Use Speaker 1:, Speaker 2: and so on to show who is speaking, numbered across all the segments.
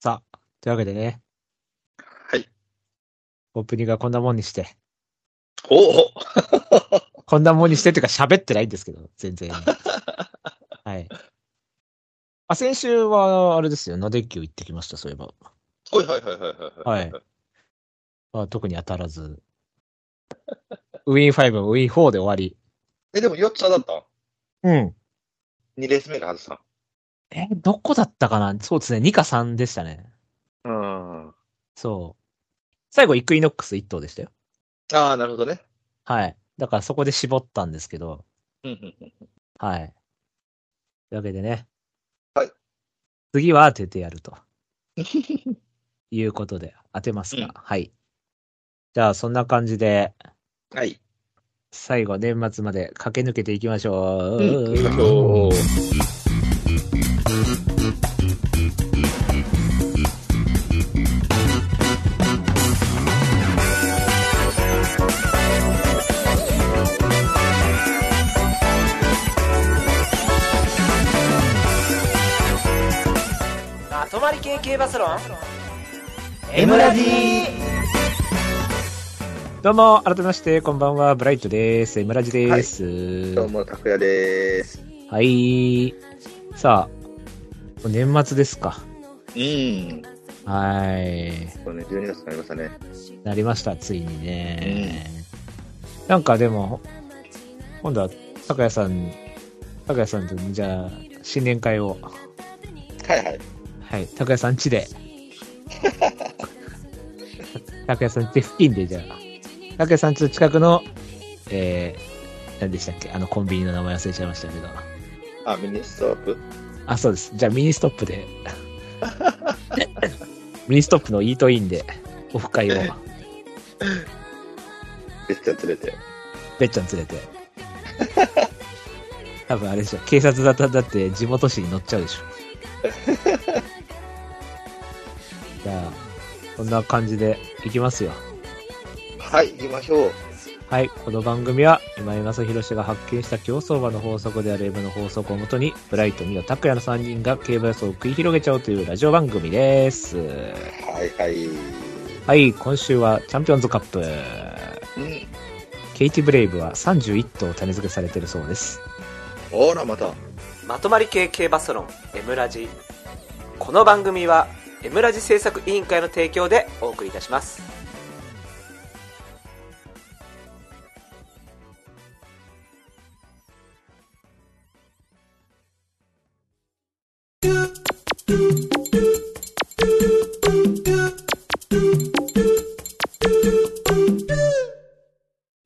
Speaker 1: さあ、というわけでね、
Speaker 2: はい。
Speaker 1: オープニングはこんなもんにして、
Speaker 2: おお
Speaker 1: こんなもんにしてっていうか喋ってないんですけど、全然。はい。あ、先週は、あれですよ、ナデッキュ行ってきました、そういえば。
Speaker 2: はいはいはいはいはい。
Speaker 1: はい。まあ、特に当たらず。ウィン5、ウィン4で終わり。
Speaker 2: え、でも4つ当たった
Speaker 1: うん。
Speaker 2: ん ?2 レース目が外さ
Speaker 1: え、どこだったかなそうですね、2か3でしたね。
Speaker 2: ん。うん。あ
Speaker 1: そう。最後、イクイノックス1頭でしたよ。
Speaker 2: あ、なるほどね。
Speaker 1: はい。だからそこで絞ったんですけど、
Speaker 2: うんうんうん。
Speaker 1: はい。というわけでね。
Speaker 2: はい。
Speaker 1: 次は当ててやると。いうことで、当てますが、
Speaker 2: うん
Speaker 1: はい。じゃあ、そんな感じで、
Speaker 2: はい。
Speaker 1: 最後、年末まで駆け抜けていきましょう。
Speaker 2: うん。行きましょう。
Speaker 3: まとまり系系バスロン
Speaker 1: M ラジどうも、改めまして、こんばんは、ブライトです。村地です。
Speaker 2: どうも、拓也です。
Speaker 1: はい。さあ、年末ですか。
Speaker 2: うん。
Speaker 1: はい。
Speaker 2: そうね、12月になりましたね。
Speaker 1: なりました、ついにね。なんかでも、今度は、高谷さん、高谷さんと、じゃあ、新年会を、
Speaker 2: はいはい。
Speaker 1: はい、高谷さん 家で。高谷さん家付近で、じゃあ、高谷さん家の近くの、えー、何でしたっけ、あのコンビニの名前忘れちゃいましたけど。
Speaker 2: あ、ミニストップ。
Speaker 1: あ、そうです。じゃあ、ミニストップ で。ミニストップのイートインで、オフ会を、
Speaker 2: めっちゃ連れて。
Speaker 1: べっちゃん連れて。 多分あれでしょ、警察だったらだって地元紙に乗っちゃうでしょ。 じゃあ、こんな感じでいきますよ。
Speaker 2: はい、行きましょう。
Speaker 1: はい、この番組は今井正弘氏が発見した競走馬の法則である M の法則をもとに、ブライト、ミオ、タクヤの3人が競馬予想を繰り広げちゃおうというラジオ番組です。
Speaker 2: はいはい。
Speaker 1: はい、今週はチャンピオンズカップ。
Speaker 2: うん。
Speaker 1: ケイティブレイブは31頭種付けされてるそうです。
Speaker 2: ほら、また。
Speaker 3: まとまり系系バスロン M ラジこの番組は M ラジ制作委員会の提供でお送りいたします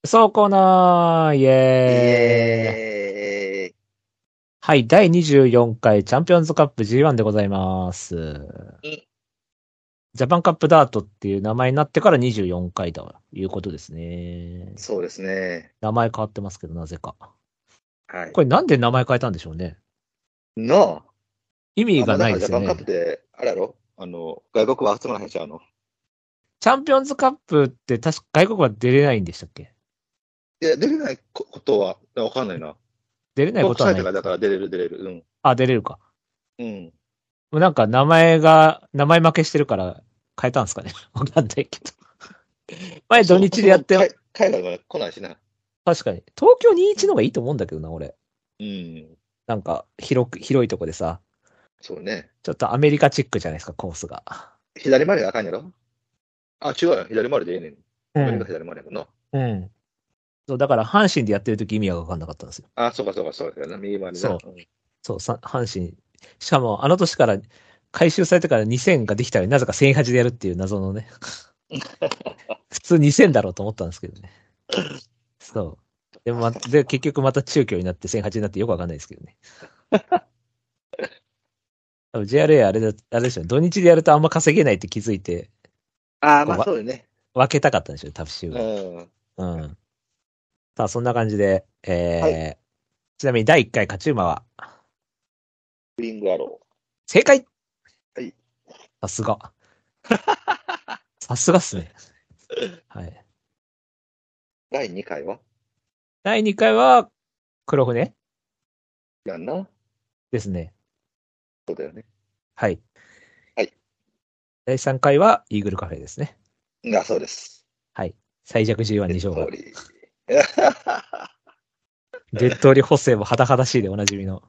Speaker 1: そうコーナーイ
Speaker 2: イ
Speaker 1: エーイ
Speaker 2: エーイ。
Speaker 1: はい、第24回チャンピオンズカップ G1 でございます。ジャパンカップダートっていう名前になってから24回だということですね。
Speaker 2: そうですね。
Speaker 1: 名前変わってますけど、なぜか。
Speaker 2: はい
Speaker 1: こ。れなんで名前変えたんでしょうね。
Speaker 2: なあ。
Speaker 1: 意味がないですよ
Speaker 2: あまあだからジャパンカ
Speaker 1: ね。
Speaker 2: ップで、あれやろあの、外国は集まらへんちゃうの
Speaker 1: チャンピオンズカップって確か外国は出れないんでしたっけ
Speaker 2: いや、出れないこことは、わかんないな。
Speaker 1: 出れないことは
Speaker 2: 国際大会
Speaker 1: ない。
Speaker 2: だから出れる出れる。
Speaker 1: あ、出れるか。
Speaker 2: うん。うん。
Speaker 1: もうなんか名前が、名前負けしてるから変えたんですかね。 わかんないけど。前土日でやって、
Speaker 2: そう海海外は来ないしな。
Speaker 1: 確かに。東京21の方がいいと思うんだけどな、俺。
Speaker 2: うん。
Speaker 1: なんか、広く、広いとこでさ、
Speaker 2: そうね。
Speaker 1: ちょっとアメリカチックじゃないですか、コースが。
Speaker 2: 左回りがあかんやろあ、違うよ。左回りでええねん。アメリカ左回りやもんな。
Speaker 1: うん。そう、だから阪神でやってる時意味がわかんなかったんですよ。
Speaker 2: あ、そうかそうかそうだよな。右回りな。
Speaker 1: そうそう、さ阪神。しかも、あの年から、回収されてから2000ができたのになぜか1008でやるっていう謎 のね。普通2000だろうと思ったんですけどね。そう。でもま、で、結局また中京になって1008になってよくわかんないですけ どね。多分 JRA あれだ、あれでしょ、土日でやるとあんま稼げないって気づいて、
Speaker 2: あー、
Speaker 1: ここ
Speaker 2: まあそうよね。
Speaker 1: 分けたかったんでしょうね、タフシ
Speaker 2: う
Speaker 1: ュ
Speaker 2: ん。
Speaker 1: が。うん。さあ、そんな感じで、えー
Speaker 2: は
Speaker 1: ちなみに第1回勝ち馬は、
Speaker 2: ウィングアロ
Speaker 1: 正解
Speaker 2: はい
Speaker 1: さすが。 さすがっすね。はい。
Speaker 2: ー。第2回は
Speaker 1: 第2回は、黒船
Speaker 2: やんな。
Speaker 1: ですね。
Speaker 2: そうだよね。
Speaker 1: はい。
Speaker 2: はい。
Speaker 1: 第3回はイーグルカフェですね。
Speaker 2: が、そうです。
Speaker 1: 最弱 G1 二勝
Speaker 2: 通
Speaker 1: が。
Speaker 2: り。
Speaker 1: デッドオリ補正も肌だしいでおなじみの。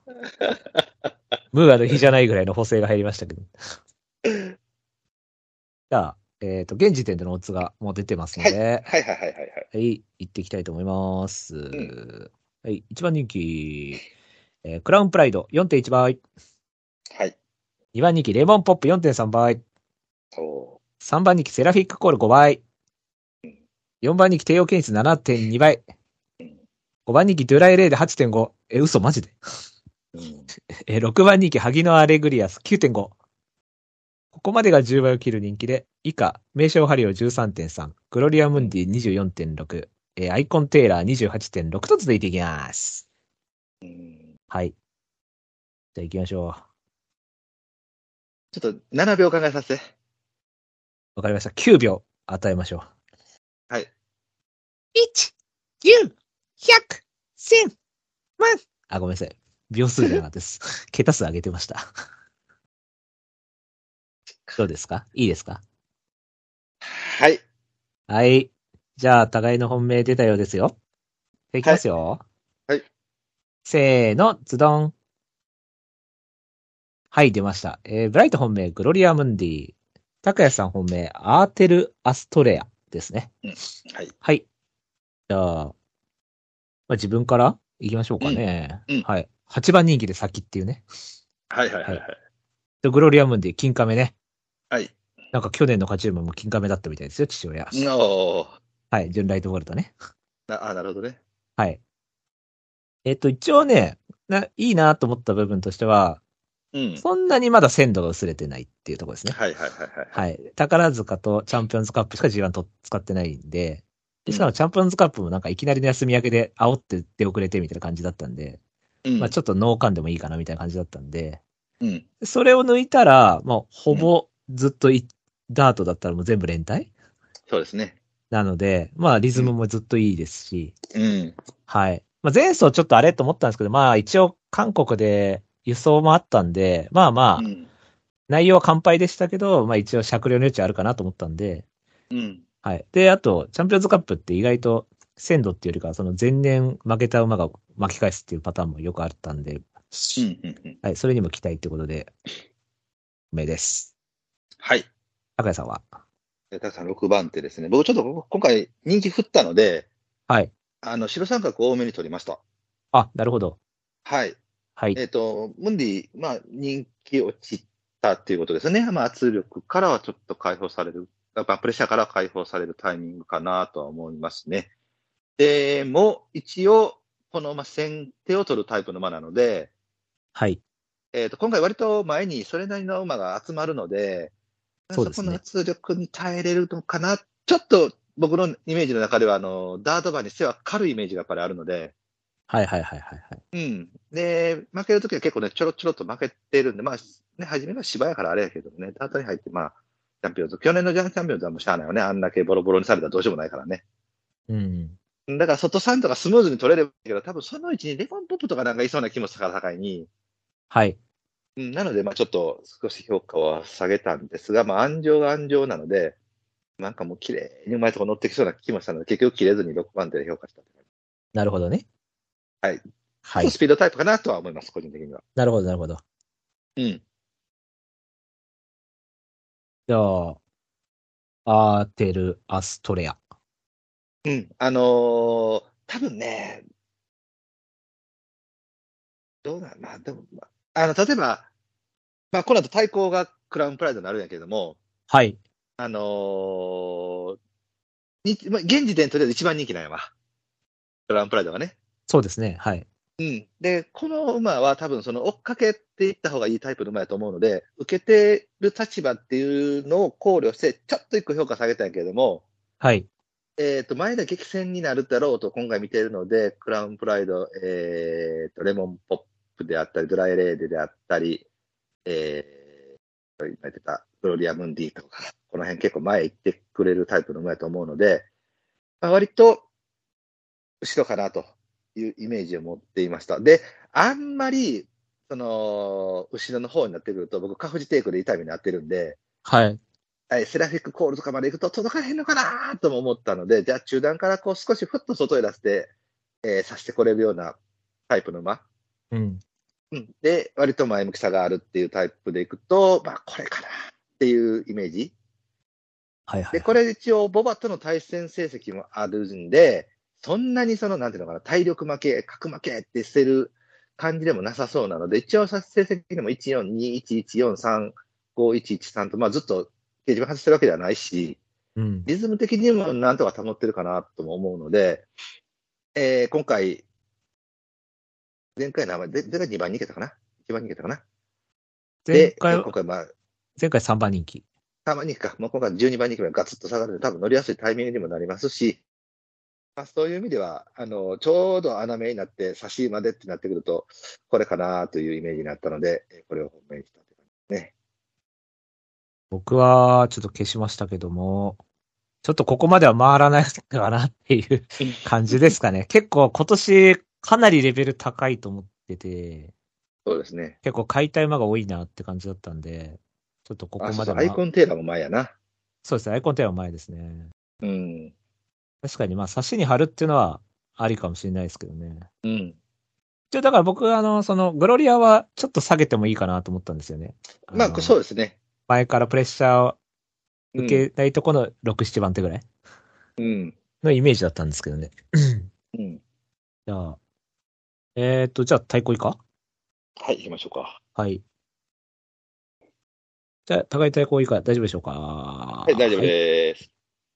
Speaker 1: ムーアの日じゃないぐらいの補正が入りました けど。じゃあ、えっ、と、現時点でのオッズがもう出てますので、
Speaker 2: はいはいはいはいはい。
Speaker 1: はい、行っていきたいと思います。
Speaker 2: ん
Speaker 1: はい、一番人気、えークラウンプライド4.1倍、
Speaker 2: はい。
Speaker 1: 2番人気レモンポップ4.3倍、
Speaker 2: そ
Speaker 1: 3番人気セラフィックコール5倍、4番人気帝王ケニス7.2倍、5番人気ドゥライレイで8.5、え、嘘マジで
Speaker 2: う。うん、
Speaker 1: えー、6番人気、萩野アレグリアス9.5。ここまでが10倍を切る人気で、以下、名称ハリオ13.3、グロリアムンディ24.6、えーアイコンテイラー28.6と続いていきます。
Speaker 2: うん
Speaker 1: はい。じゃあ行きましょう。
Speaker 2: ちょっと7秒考えさせて。
Speaker 1: わかりました。9秒与えましょう。
Speaker 2: はい。
Speaker 1: 1、9、100、1000、万。あ、ごめんなさい。秒数じゃなかった です。桁数上げてました。どうですかいいですか
Speaker 2: はい。
Speaker 1: はい。じゃあ、互いの本命出たようですよ。いきますよ。
Speaker 2: はいはい
Speaker 1: せーの、ズドン。はい、出ました。えー、ブライト本命、グロリア・ムンディ。タクヤさん本命、アーテル・アストレアですね。
Speaker 2: はい。
Speaker 1: はい。じゃあ、まあ、自分から行きましょうかね。
Speaker 2: うんうん
Speaker 1: はい。8番人気で先っていうね。
Speaker 2: はいはいはいはい。
Speaker 1: で、グロリア・ムンディ、金亀ね。
Speaker 2: はい。
Speaker 1: なんか去年の勝ち馬も金亀だったみたいですよ、父親。
Speaker 2: おー
Speaker 1: はい、ジュンライト・ボルトね。
Speaker 2: なあ、なるほどね。
Speaker 1: はい。えっ、と、一応ね、な、いいなと思った部分としては、
Speaker 2: うん。
Speaker 1: そんなにまだ鮮度が薄れてないっていうところですね。
Speaker 2: はいはいはいは
Speaker 1: は
Speaker 2: い。
Speaker 1: い。宝塚とチャンピオンズカップしか G1 と使ってないんで、でしか
Speaker 2: う
Speaker 1: もチャンピオンズカップもなんかいきなりの休み明けで煽って出遅れてみたいな感じだったんで、
Speaker 2: うん
Speaker 1: まあちょっと脳幹でもいいかなみたいな感じだったんで、
Speaker 2: うん。
Speaker 1: それを抜いたら、まあほぼずっといダートだったらもう全部連帯
Speaker 2: そうですね。
Speaker 1: なので、まあリズムもずっといいですし、
Speaker 2: うん。
Speaker 1: はい。まあ、前走ちょっとあれと思ったんですけど、まあ一応韓国で輸送もあったんで、まあま
Speaker 2: う
Speaker 1: あ、
Speaker 2: ん。
Speaker 1: 内容は完敗でしたけど、まあ一応酌量の余地あるかなと思ったんで、
Speaker 2: うん。
Speaker 1: はい。で、あと、チャンピオンズカップって意外と鮮度っていうよりかは、その前年負けた馬が巻き返すっていうパターンもよくあったんで、
Speaker 2: うん。うんうん。
Speaker 1: はい。それにも期待ってことで、目です。
Speaker 2: はい。
Speaker 1: 高谷さんは
Speaker 2: でたくさん6番手ですね。僕ちょっとここ今回人気振ったので、
Speaker 1: はい。
Speaker 2: あの、白三角多めに取りました。
Speaker 1: あ、なるほど。
Speaker 2: はい。
Speaker 1: はい。
Speaker 2: えっ、と、ムンディ、まあ、人気落ちたっていうことですね。まあ、圧力からはちょっと解放される、やっぱプレッシャーから解放されるタイミングかなとは思いますね。でも、一応、この、まあ、先手を取るタイプの馬なので、
Speaker 1: はい。
Speaker 2: えっ、と、今回割と前にそれなりの馬が集まるので、
Speaker 1: そうです
Speaker 2: この
Speaker 1: ね。
Speaker 2: 圧力に耐えれるのかな。ちょっと僕のイメージの中では、あの、ダートバーに背は軽いイメージがやっぱりあるので、
Speaker 1: はいはいはいはいはい。
Speaker 2: うん。で、負けるときは結構ね、ちょろちょろと負けてるんで、まあ、ね、初めが芝やからあれやけどね、ダートに入って、まあ、チャンピオンズ、去年のジャンチャンピオンズはもうしゃあないよね。あんだけボロボロにされたらどうしようもないからね。
Speaker 1: うん。
Speaker 2: だから、外サンとかスムーズに取れればいいけど、多分そのうちにレモンポップとかなんかいそうな気もしたから、境に。
Speaker 1: はい。
Speaker 2: うん、なので、まあ、ちょっと少し評価は下げたんですが、まあ、安上が安上なので、なんかもう綺麗にうまいとこ乗ってきそうな気もしたので、結局切れずに6番手で評価した。
Speaker 1: なるほどね。
Speaker 2: はい。
Speaker 1: はい。
Speaker 2: スピードタイプかなとは思います、個人的には。
Speaker 1: なるほど、なるほど。
Speaker 2: うん。
Speaker 1: じゃあ、アーテル・アストレア。
Speaker 2: うん、あのー多分ね、どうなん、まあでも、まああの、例えば、まあ、この後対抗がクラウンプライドになるんやけども、
Speaker 1: はい。
Speaker 2: あのーにまあ、現時点とりあえず一番人気なんやわ。クラウンプライドがね。
Speaker 1: そうですね。はい。
Speaker 2: うん。で、この馬は多分その追っかけていった方がいいタイプの馬やと思うので、受けてる立場っていうのを考慮して、ちょっと一個評価下げたんやけれども、
Speaker 1: はい。
Speaker 2: えっ、と、前で激戦になるだろうと今回見ているので、クラウンプライド、えっ、と、レモンポップであったり、ドライレーデであったり、えー、今言ってた、グロリア・ムンディとか、この辺結構前行ってくれるタイプの馬やと思うので、まあ、割と、後ろかなというイメージを持っていました。で、あんまり、その、後ろの方になってくると、僕、カフジテイクで痛みになってるんで、
Speaker 1: はい。
Speaker 2: はい、セラフィックコールとかまで行くと届かへんのかなとも思ったので、じゃあ中段からこう少しふっと外へ出して、えー、さしてこれるようなタイプの馬。
Speaker 1: うん。
Speaker 2: うん、で、割と前向きさがあるっていうタイプでいくと、まあ、これかなっていうイメージ。
Speaker 1: はいはい。
Speaker 2: で、これ一応、ボバとの対戦成績もあるんで、そんなにその、なんていうのかな、体力負け、格負けってしてる感じでもなさそうなので、一応、成績でも14211435113と、まあ、ずっと掲示板外してるわけではないし、
Speaker 1: うん。
Speaker 2: リズム的にもなんとか保ってるかなとも思うので、えー今回、前回の名前、で前回2番に行けたかな ?1 番に行けたかな
Speaker 1: 前
Speaker 2: で、
Speaker 1: 回
Speaker 2: 今、回まあ、
Speaker 1: 前回3番人気。
Speaker 2: たまにか、もう今回12番人気までガツッと下がるので、多分乗りやすいタイミングにもなりますし、まあ、そういう意味では、あの、ちょうど穴目になって、差しまでってなってくると、これかなというイメージになったので、えーこれを本命にしたって感じですね。
Speaker 1: 僕はちょっと消しましたけども、ちょっとここまでは回らないかなっていう感じですか ね。結構今年かなりレベル高いと思ってて、
Speaker 2: そうですね。
Speaker 1: 結構買いたい馬が多いなって感じだったんで、ちょっとここ
Speaker 2: あ、そ
Speaker 1: ま
Speaker 2: う
Speaker 1: で
Speaker 2: そう
Speaker 1: は
Speaker 2: アイコンテーラーも前やな。
Speaker 1: そうですね、アイコンテーマ前ですね。
Speaker 2: うん。
Speaker 1: 確かにまあ、差しに貼るっていうのはありかもしれないですけどね。
Speaker 2: うん。
Speaker 1: ちょ、だから僕はあの、その、グロリアはちょっと下げてもいいかなと思ったんですよね。
Speaker 2: まあ、そう
Speaker 1: う。
Speaker 2: ですね。
Speaker 1: 前からプレッシャーを
Speaker 2: うん
Speaker 1: 受けないとこの6、7番手ぐらい
Speaker 2: うん。
Speaker 1: のイメージだったんですけどね。
Speaker 2: うん。
Speaker 1: じゃあ、えっ、と、じゃあ、対抗いいか
Speaker 2: はい、行きましょうか。
Speaker 1: はい。じゃあ、高い対抗いいか大丈夫でしょうかは
Speaker 2: はい、大丈夫
Speaker 1: す。
Speaker 2: です。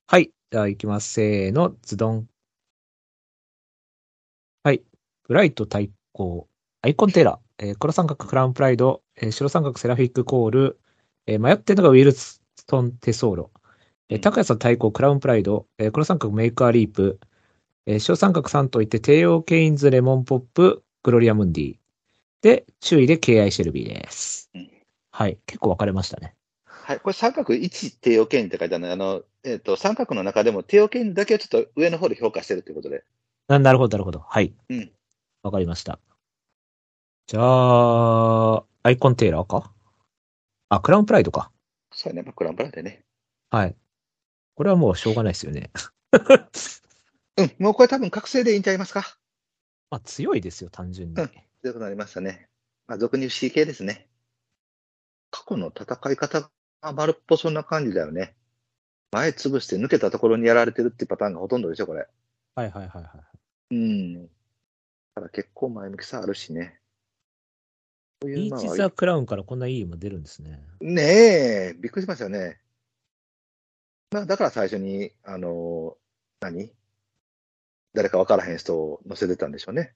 Speaker 1: はい。じゃあ、いきます。せーの、ズドン。はい。ブライト対抗、アイコンテーラー、えー黒三角クラウンプライド、えー白三角セラフィックコール、えー迷ってんのがウィルストンテソーロ、えー、高谷さん対抗クラウンプライド、えー黒三角メイクアリープ、えー小三角3といって、帝王ケインズレモンポップ、グロリアムンディ。で、注意で敬愛シェルビーです。
Speaker 2: うん
Speaker 1: はい。結構分かれましたね。
Speaker 2: はい、これ三角1帝王権って書いてあるのであの、えっと三角の中でも帝王権だけをちょっと上の方で評価してるということで、
Speaker 1: ななるほど、なるほど。はい。
Speaker 2: うん。
Speaker 1: わかりました。じゃあ、アイコンテーラーかあ、クラウンプライドか。
Speaker 2: そうやね、まあ、クランプラでね。
Speaker 1: はい。これはもうしょうがないですよね。
Speaker 2: うん、もうこれ多分覚醒でいいんちゃいますか
Speaker 1: まあ強いですよ、単純に
Speaker 2: う。ん強くなりましたね。まあ、俗に C 系ですね。過去の戦い方が丸っぽそんな感じだよね。前潰して抜けたところにやられてるってパターンがほとんどでしょ、これ。
Speaker 1: はいはいはいはい。
Speaker 2: うん。ただ結構前向きさあるしね。そういう
Speaker 1: イ
Speaker 2: ま
Speaker 1: ー
Speaker 2: あ
Speaker 1: チザ・クラウンからこんないい馬出るんですね。
Speaker 2: ねえ、びっくりしましたよね。まあ、だから最初に、あの、何誰か分からへん人を乗せてたんでしょう ね。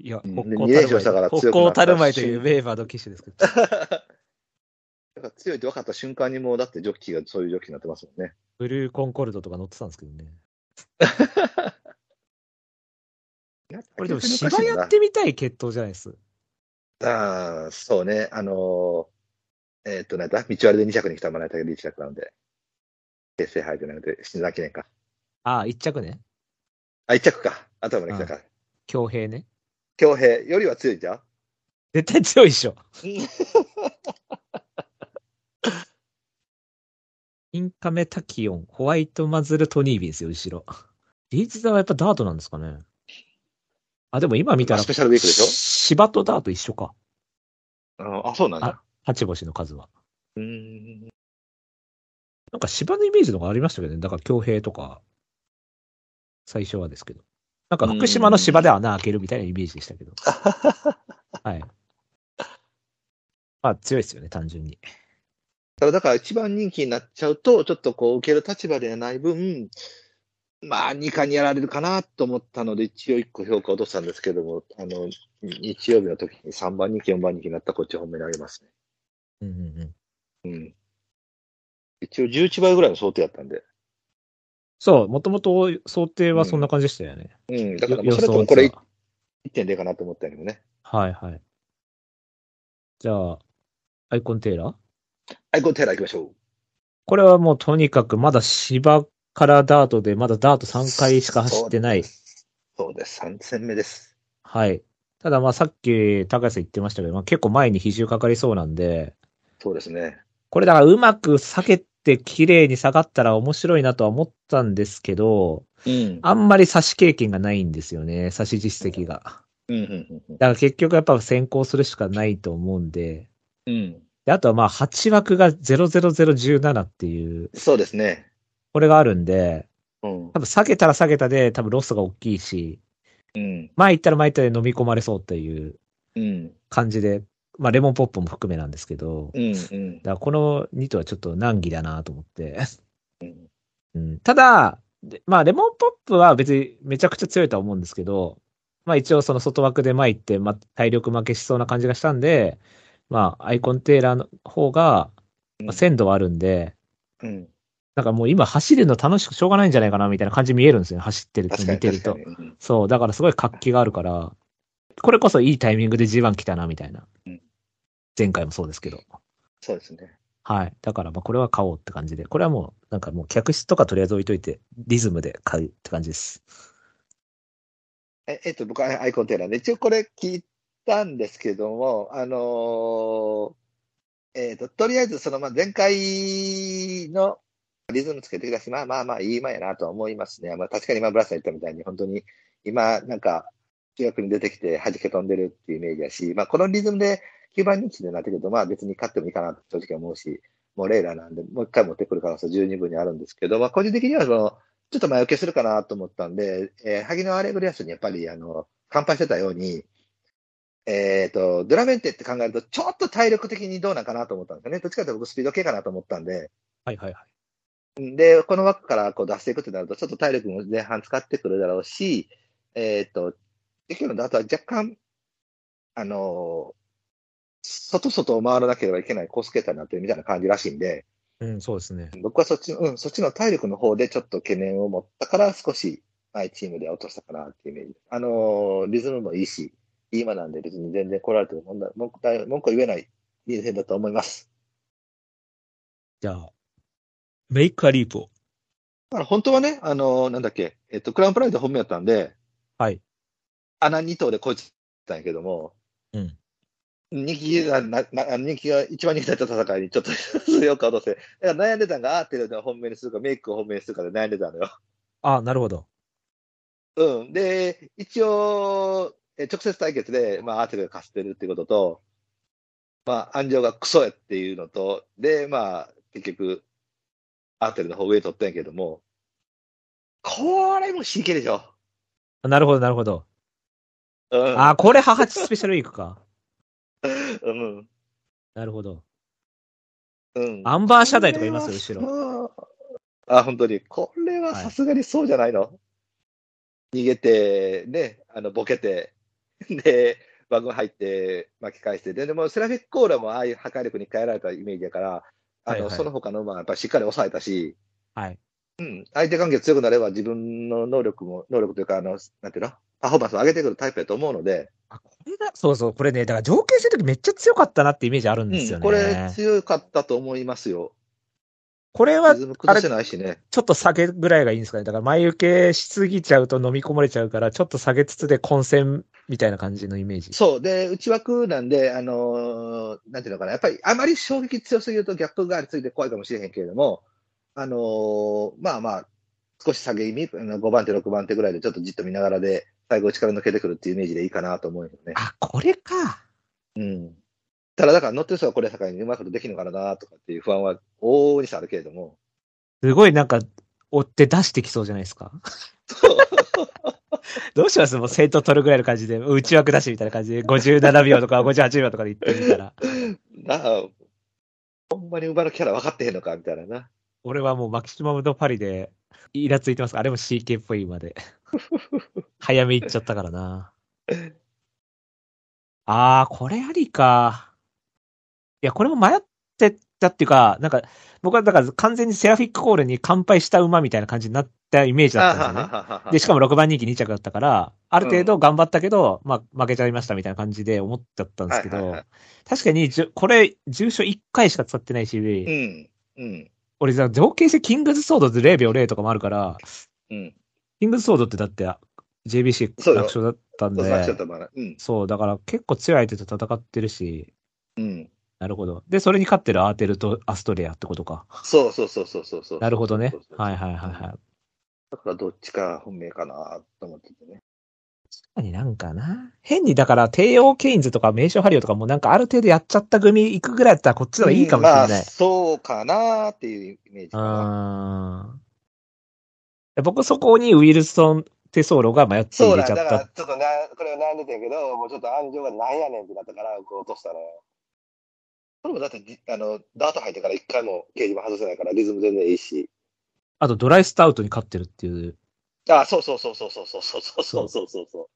Speaker 1: いや、
Speaker 2: うん
Speaker 1: 北高
Speaker 2: 二連勝したから強くなった
Speaker 1: た
Speaker 2: し
Speaker 1: るまいという名馬の騎手ですけど。
Speaker 2: だから強いって分かった瞬間にもう、だってジョッキーがそういうジョッキーになってますもんね。
Speaker 1: ブルーコンコルドとか乗ってたんですけどね。これでも芝やってみたい決闘じゃないです。
Speaker 2: ああ、そうね。あのーえっ、と、なんだ、道割りで2着に来たまなたけど1着なんで。平成杯じゃなくて、新田記念か。
Speaker 1: ああ、一着ね。
Speaker 2: あ、1着か。頭まで来たか。
Speaker 1: 強兵ね。
Speaker 2: 強兵よりは強いじゃん。
Speaker 1: 絶対強いでしょ。 インカメタキオン、ホワイトマズルトニービーですよ、後ろ。リーチザはやっぱダートなんですかね。あ、でも今見たら、
Speaker 2: スペシャルウィークでしょ
Speaker 1: 芝とダート一緒か。
Speaker 2: あ、そうなんだ。
Speaker 1: 八星の数は。
Speaker 2: うーん。
Speaker 1: なんか芝のイメージのがありましたけどね。だから強兵とか、最初はですけど。なんか福島の芝で穴開けるみたいなイメージでした けど。はい。まあ強いですよね、単純に。
Speaker 2: ただ、だから一番人気になっちゃうと、ちょっとこう、受ける立場ではない分、まあ、2冠にやられるかなと思ったので、一応1個評価を落としたんですけども、あの、日曜日の時に3番人気、4番人気になったこっち本命にあげますね。
Speaker 1: うんうんうん。
Speaker 2: うん。一応11倍ぐらいの想定やったんで。
Speaker 1: そう、もともと想定はそんな感じでしたよね。
Speaker 2: うん。だから、
Speaker 1: よ
Speaker 2: それと
Speaker 1: 予
Speaker 2: も
Speaker 1: 想
Speaker 2: これ
Speaker 1: 値は
Speaker 2: 1.0かなと思ったんやけどね。
Speaker 1: はいはい。じゃあ、アイコンテーラー
Speaker 2: はい、これテラー行きましょ。。
Speaker 1: これはもうとにかくまだ芝からダートで、まだダート3回しか走ってないう
Speaker 2: そうです。3戦目です。
Speaker 1: はい。ただまあさっき高橋さん言ってましたけど、まあ、結構前に比重かかりそうなんで、
Speaker 2: そうですね。
Speaker 1: これだからうまく避けて綺麗に下がったら面白いなとは思ったんですけど、
Speaker 2: うん。
Speaker 1: あんまり差し経験がないんですよね、差し実績が。
Speaker 2: うん。うんうん
Speaker 1: だから結局やっぱ先行するしかないと思うんで、
Speaker 2: うん。
Speaker 1: であとはまあ8枠が00017っていう、
Speaker 2: そうですね。
Speaker 1: これがあるんで、
Speaker 2: うん
Speaker 1: 多。分下げたら下げたで多分ロスが大きいし、
Speaker 2: うん。
Speaker 1: 前行ったら前行ったで飲み込まれそうっていう
Speaker 2: うん。
Speaker 1: 感じで、まあレモンポップも含めなんですけど、
Speaker 2: うん。うん。
Speaker 1: だからこの2とはちょっと難儀だなと思って。うん、ただ、でまあ、レモンポップは別にめちゃくちゃ強いとは思うんですけど、まあ一応その外枠で前行って、まあ体力負けしそうな感じがしたんで、まあアイコンテーラーの方が、まあ、鮮度はあるんで、
Speaker 2: うん。
Speaker 1: なんかもう今走るの楽しくしょうがないんじゃないかなみたいな感じ見えるんですよね、走ってると
Speaker 2: 確か
Speaker 1: 見
Speaker 2: に
Speaker 1: てる
Speaker 2: 確か
Speaker 1: と
Speaker 2: に。。うん
Speaker 1: そう、だからすごい活気があるから、これこそいいタイミングで G1 来たなみたいな
Speaker 2: うん。
Speaker 1: 前回もそうですけど。
Speaker 2: そうですね。
Speaker 1: はい。だから、まあ、これは買おうって感じで、これはもう、なんかもう、客室とかとりあえず置いといて、リズムで買うって感じです。
Speaker 2: え、えっと、僕はアイコンテーラーで、一応これ聞いたんですけども、あのーえっと、とりあえずその、まあ、前回のリズムつけてきたし、まあまあまあ、いい馬やなとは思いますね。まあ、確かに今、ブラスさん言ったみたいに、本当に今、なんか、主役に出てきて弾け飛んでるっていうイメージだし、まあ、このリズムで9番人気になってくると、まあ別に勝ってもいいかなと正直思うし、もうレーラーなんで、もう一回持ってくる可能性十二分にあるんですけど、まあ個人的にはその、ちょっと前受けするかなと思ったんで、えー、萩野アレグリアスにやっぱり、あの、乾杯してたように、えっ、と、ドゥラメンテって考えると、ちょっと体力的にどうなんかなと思ったんですよね。どっちかというと僕スピード系かなと思ったんで、
Speaker 1: はいはいはい。
Speaker 2: で、この枠からこう出していくってなると、ちょっと体力も前半使ってくるだろうし、えっ、と、結局のあとは若干、あのー外外を回らなければいけないコースケーターになってるみたいな感じらしいんで、
Speaker 1: うん、そうですね。
Speaker 2: 僕はそっちの、うん、そっちの体力の方でちょっと懸念を持ったから、少し、はい、チームでは落としたかなっていうイメージ。あのーリズムもいいし、いい馬なんで別に全然来られても問題、文句大文句は言えない、いい戦だと思います。
Speaker 1: じゃあ、メイクアリープを。
Speaker 2: だから本当はね、あのーなんだっけ、えっと、クラウンプライド本命だったんで、
Speaker 1: はい。
Speaker 2: 穴2頭でこいつたんやけども、
Speaker 1: うん
Speaker 2: 人気がなな、人気が一番人気だった戦いにちょっと 強く落とせ。だから悩んでたんが、アーテルを本命にするか、メイクを本命にするかで悩んでたのよ。
Speaker 1: あなるほど。
Speaker 2: うん。で、一応、え直接対決で、まあ、アーテルが勝ってるってことと、まあ、安城がクソやっていうのと、で、まあ、結局、アーテルの方上取ったんやけども、これも神経でしょ。
Speaker 1: なるほど、なるほど。
Speaker 2: うん。
Speaker 1: あこれ、ハハチスペシャルウィークか。
Speaker 2: うん。
Speaker 1: なるほど。
Speaker 2: うん。
Speaker 1: アンバーシャダイとかいますよ、後ろ。
Speaker 2: ろ。あ、本当に。これはさすがにそうじゃないの、逃げて、ね、あの、ボケて、 で、バグ入って巻き返して、で、でもセラフィックコーラもああいう破壊力に変えられたイメージだから、あ
Speaker 1: は
Speaker 2: の、
Speaker 1: いはい
Speaker 2: その他の馬はやっぱりしっかり抑えたし、
Speaker 1: はい。
Speaker 2: うん、相手関係強くなれば自分の能力も、能力というか、あの、なんていうのパフォーマンスを上げてくるタイプだと思うので、
Speaker 1: あ、これだ。そうそう、これね、だから条件戦の時めっちゃ強かったなってイメージあるんです
Speaker 2: う
Speaker 1: よ
Speaker 2: ん、
Speaker 1: ね。
Speaker 2: これ強かったと思いますよ。
Speaker 1: これは
Speaker 2: リズム崩せないしね。
Speaker 1: ちょっと下げぐらいがいいんですかね。だから前受けしすぎちゃうと飲み込まれちゃうから、ちょっと下げつつで混戦みたいな感じのイメージ。
Speaker 2: そう、で、内枠なんで、あのーなんていうのかな、やっぱりあまり衝撃強すぎるとギャップがありすぎて怖いかもしれへんけれども、あのーまあまあ、少し下げ気味、あの5番手、6番手ぐらいでちょっとじっと見ながらで、最後、力抜けてくるっていうイメージでいいかなと思うよね。
Speaker 1: あ、これか。
Speaker 2: うん、ただ、だから乗ってる人はこれ、境にうまいことできるのかなとかっていう不安は大々にしてあるけれども、
Speaker 1: すごいなんか、追って出してきそうじゃないですか。 どうしますもう生徒取るぐらいの感じで、内枠出しみたいな感じで、57秒とか58秒とかで言ってみたら、
Speaker 2: なあ、ほんまに馬のキャラ分かってへんのかみたいなな。
Speaker 1: 俺はもうマキシマムのパリで、イラついてますからあれも CK っぽいま で。早め行っちゃったから な。あー、これありか。いや、これも迷ってたっていうか、なんか、僕はだから完全にセラフィックコールに乾杯した馬みたいな感じになったイメージだったんですよね。で、しかも6番人気2着だったから、ある程度頑張ったけど、まあ、負けちゃいましたみたいな感じで思っちゃったんですけど、
Speaker 2: はいはいはい
Speaker 1: 確かにじゅ、これ、重賞1回しか使ってないし、
Speaker 2: うん、うん、
Speaker 1: 俺さ、条件性キングズソードって0秒0とかもあるから、
Speaker 2: うん。
Speaker 1: キングズソードってだって JBC
Speaker 2: そう
Speaker 1: 楽勝
Speaker 2: よ
Speaker 1: だったん
Speaker 2: そう
Speaker 1: で、
Speaker 2: そう、ちょっとまだ。うん、
Speaker 1: そう、だから結構強い相手と戦ってるし、
Speaker 2: うん。
Speaker 1: なるほど。で、それに勝ってるアーテルとアストレアってことか。
Speaker 2: そうそうそうそうそうそう。
Speaker 1: なるほどね
Speaker 2: そうそう。そう
Speaker 1: はいはいはいはい。確
Speaker 2: だからどっちか本命かなと思っててね。
Speaker 1: かになんかな。変にだから、帝王ケインズとか名称ハリオとかもなんかある程度やっちゃった組行くぐらいだったらこっちの方がいいかもしれ
Speaker 2: うんま
Speaker 1: な
Speaker 2: あ、
Speaker 1: い。
Speaker 2: そうかなっていうイメージかな。
Speaker 1: あー僕そこにウィルソン・テソーロが迷って
Speaker 2: そ
Speaker 1: 入
Speaker 2: う
Speaker 1: れ
Speaker 2: だ、
Speaker 1: ちゃ
Speaker 2: だ
Speaker 1: っ
Speaker 2: か
Speaker 1: た
Speaker 2: ら。ちょっとな、これ悩んでたんやけど、もうちょっと暗情がなんやねんってなったから、こう落としたのよ。それもだってじ、あの、ダート入ってから一回もケージも外せないから、リズム全然いいし。
Speaker 1: あとドライスタウトに勝ってるっていう、
Speaker 2: あ、そうそうそうそうそうそうそうそうそうそうそ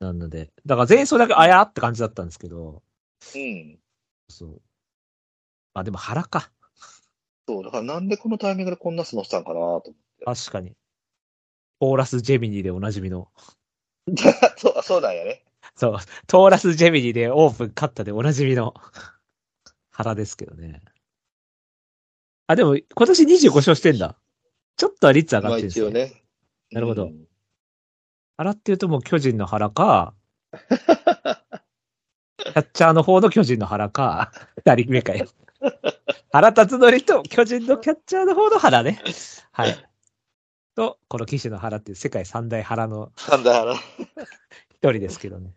Speaker 1: なので。だから前走だけあやーって感じだったんですけど、
Speaker 2: う。うん。
Speaker 1: そう。まあでも腹か。
Speaker 2: そう、だからなんでこのタイミングでこんなスノしたんかなと 思って。
Speaker 1: 確かに。トーラス・ジェミニーでおなじみの。
Speaker 2: そう、あそうなんやね。
Speaker 1: そう。トーラス・ジェミニーでオープン勝ったでおなじみの腹ですけどね。あ、でも今年25勝してんだ。ちょっとは率上がっ
Speaker 2: まあ
Speaker 1: てるんです
Speaker 2: 一
Speaker 1: ね
Speaker 2: 応ね。
Speaker 1: なるほど
Speaker 2: うん
Speaker 1: 腹っていうともう巨人の腹か、キャッチャーの方の巨人の腹か、二人目かよ。原辰徳と巨人のキャッチャーの方の腹ね。はい。と、この騎手の腹っていう世界三大腹の
Speaker 2: なんだろう。
Speaker 1: 一人ですけどね。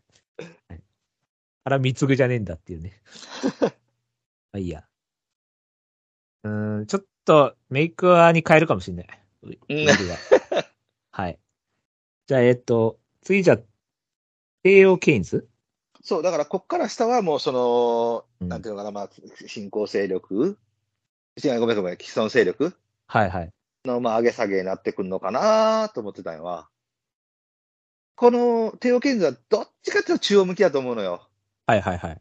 Speaker 1: はい、腹貢ぐじゃねえんだっていう ね。まあいいや。うーん、ちょっとメイクアに変えるかもしれない。
Speaker 2: うん
Speaker 1: ルール は。はい。じゃあ、えっと、次じゃあ、帝王ケインズ
Speaker 2: そう、だからこっから下はもうその、
Speaker 1: うん
Speaker 2: なんていうのかな、まあ、新興勢力、違うごめんごめん、既存勢力
Speaker 1: はいはい。
Speaker 2: の、まあ、上げ下げになってくるのかなと思ってたんやわ。このテオケンズはどっちかっていうと中央向きだと思うのよ。
Speaker 1: はいはいはい。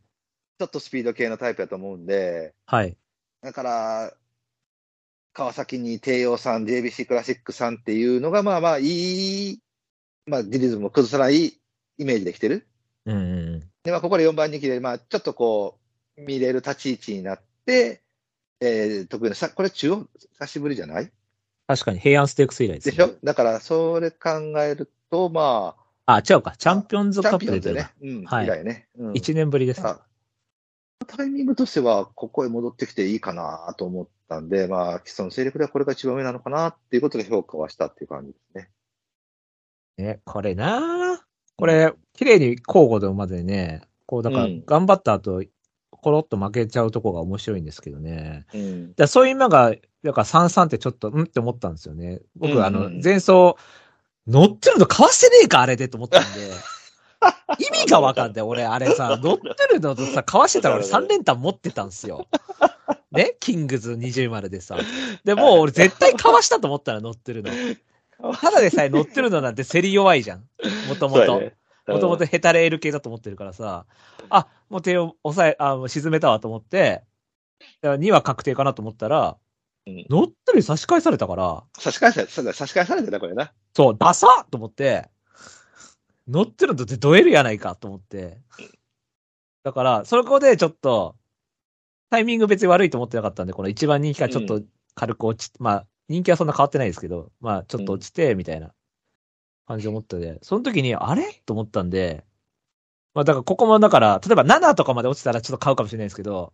Speaker 2: ちょっとスピード系のタイプだと思うんで、
Speaker 1: はい。
Speaker 2: だから、川崎に帝王さん、JBC クラシックさんっていうのが、まあまあいい、まあ、ディリズムを崩さないイメージできてる。
Speaker 1: うんうんうん。
Speaker 2: で、まあ、ここで4番人気で、まあ、ちょっとこう、見れる立ち位置になって、えー、得意な、さ、これ中央、久しぶりじゃない
Speaker 1: 確かに平安ステークス以来です、
Speaker 2: で
Speaker 1: ね。
Speaker 2: しょだから、それ考えると、ま
Speaker 1: あ、違うか。チャンピオン
Speaker 2: あ、チ
Speaker 1: ズカ
Speaker 2: ャ
Speaker 1: ッ
Speaker 2: ン
Speaker 1: プ
Speaker 2: ピオ
Speaker 1: で
Speaker 2: ン
Speaker 1: 出
Speaker 2: で
Speaker 1: る
Speaker 2: ね
Speaker 1: な。、
Speaker 2: うん、
Speaker 1: はい
Speaker 2: 以来ね。うん、
Speaker 1: 1年ぶりですね。
Speaker 2: さあタイミングとしては、ここへ戻ってきていいかなと思ったんで、まあ、その勢力ではこれが一番上なのかなっていうことで評価はしたっていう感じですね。
Speaker 1: ね、これなあこれ、綺麗に交互でまでね、こう、だから
Speaker 2: うん、
Speaker 1: 頑張った後、コロッと負けちゃうとこが面白いんですけどね。
Speaker 2: うん。
Speaker 1: だからそういう馬が、だから33ってちょっと、うんって思ったんですよね。僕、
Speaker 2: うんうん
Speaker 1: あの、前走、乗ってるのかわせねえか、あれでと思ったん で。意味がわかんない。俺、あれさ、乗ってるのとさ、かわしてたら俺
Speaker 2: わかる
Speaker 1: 3連単持ってたんすよ。ねキングズ20丸でさ。で、もう俺絶対かわしたと思ったら乗って るの。ただでさえ乗ってるのなんて競り弱いじゃん。もとも
Speaker 2: そう
Speaker 1: と
Speaker 2: や。ね
Speaker 1: もともとヘタレール系だと思ってるからさ、あ、もう手を押さえ、あ、もう沈めたわと思って、だから2は確定かなと思ったら、
Speaker 2: うん
Speaker 1: 乗ったり差し返されたから、
Speaker 2: 差し返され、差し返されてた、これな。
Speaker 1: そう、ダサっと思って、乗ってるのとドエルやないかと思って。だから、そこでちょっと、タイミング別に悪いと思ってなかったんで、この一番人気がちょっ
Speaker 2: う
Speaker 1: と軽く落ち、まあ、人気はそんな変わってないですけど、まあ、ちょっと落ちて、みたいな感じで思ったんで、その時に、あれと思ったんで、まあ、だからここも、だから、例えば7とかまで落ちたらちょっと買うかもしれないですけど、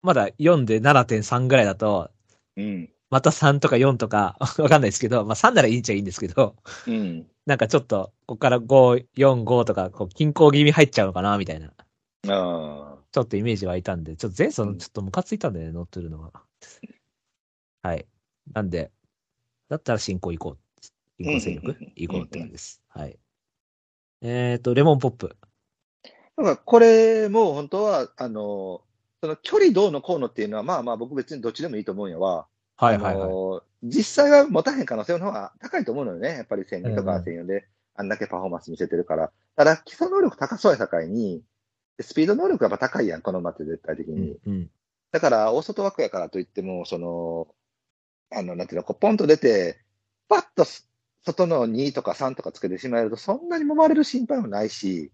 Speaker 1: まだ4で7.3ぐらいだと、
Speaker 2: うん。
Speaker 1: また3とか4とか、 わかんないですけど、まあ3ならいいんちゃいいんですけど、
Speaker 2: うん。
Speaker 1: なんかちょっと、ここから5、4、5とか、こう、均衡気味入っちゃうのかな、みたいな。
Speaker 2: ああ。
Speaker 1: ちょっとイメージ湧いたんで、ちょっと前走のちょっとムカついたんだよね、乗ってるのは。はい。なんで、だったら進行行こう。進行勢
Speaker 2: うん
Speaker 1: 力
Speaker 2: うんうん
Speaker 1: 行こうって感じです。はい。えっと、レモンポップ。
Speaker 2: だからこれも本当は、あの、その距離どうのこうのっていうのは、まあまあ僕別にどっちでもいいと思うんやわ。
Speaker 1: はいはい
Speaker 2: あ
Speaker 1: はい。
Speaker 2: の実際は持たへん可能性の方が高いと思うのよね。やっぱり1000とか
Speaker 1: うんうん
Speaker 2: 1004で、あんだけパフォーマンス見せてるから。ただ基礎能力高そうやさかいに、スピード能力がやっぱ高いやん、この馬って絶対的に。
Speaker 1: うんうん。
Speaker 2: だから、大外枠やからといっても、その、あの、なんていうの、こうポンと出て、パッとす外の2とか3とかつけてしまえると、そんなに揉まれる心配もないし、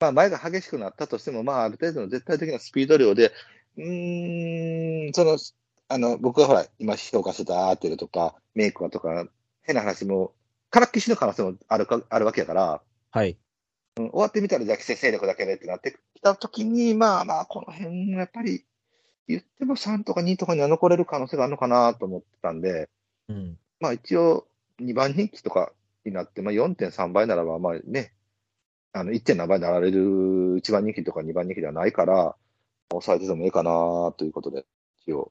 Speaker 2: まあ、前が激しくなったとしても、まあ、ある程度の絶対的なスピード量で、うーん、その、あの、僕はほら、今評価してたアーテルとか、メイクアとか、変な話も、からっきしの可能性もあるか、あるわけやから、
Speaker 1: はい。
Speaker 2: うん終わってみたら、じゃあ、規制勢力だけでってなってきたときに、まあまあ、この辺もやっぱり、言っても3とか2とかには残れる可能性があるのかなと思ってたんで、
Speaker 1: うん。
Speaker 2: まあ一応、2番人気とかになって、まあ4.3倍ならば、まあね、あの 1. 何倍になられる1番人気とか2番人気ではないから、抑えててもいいかなということで、一応、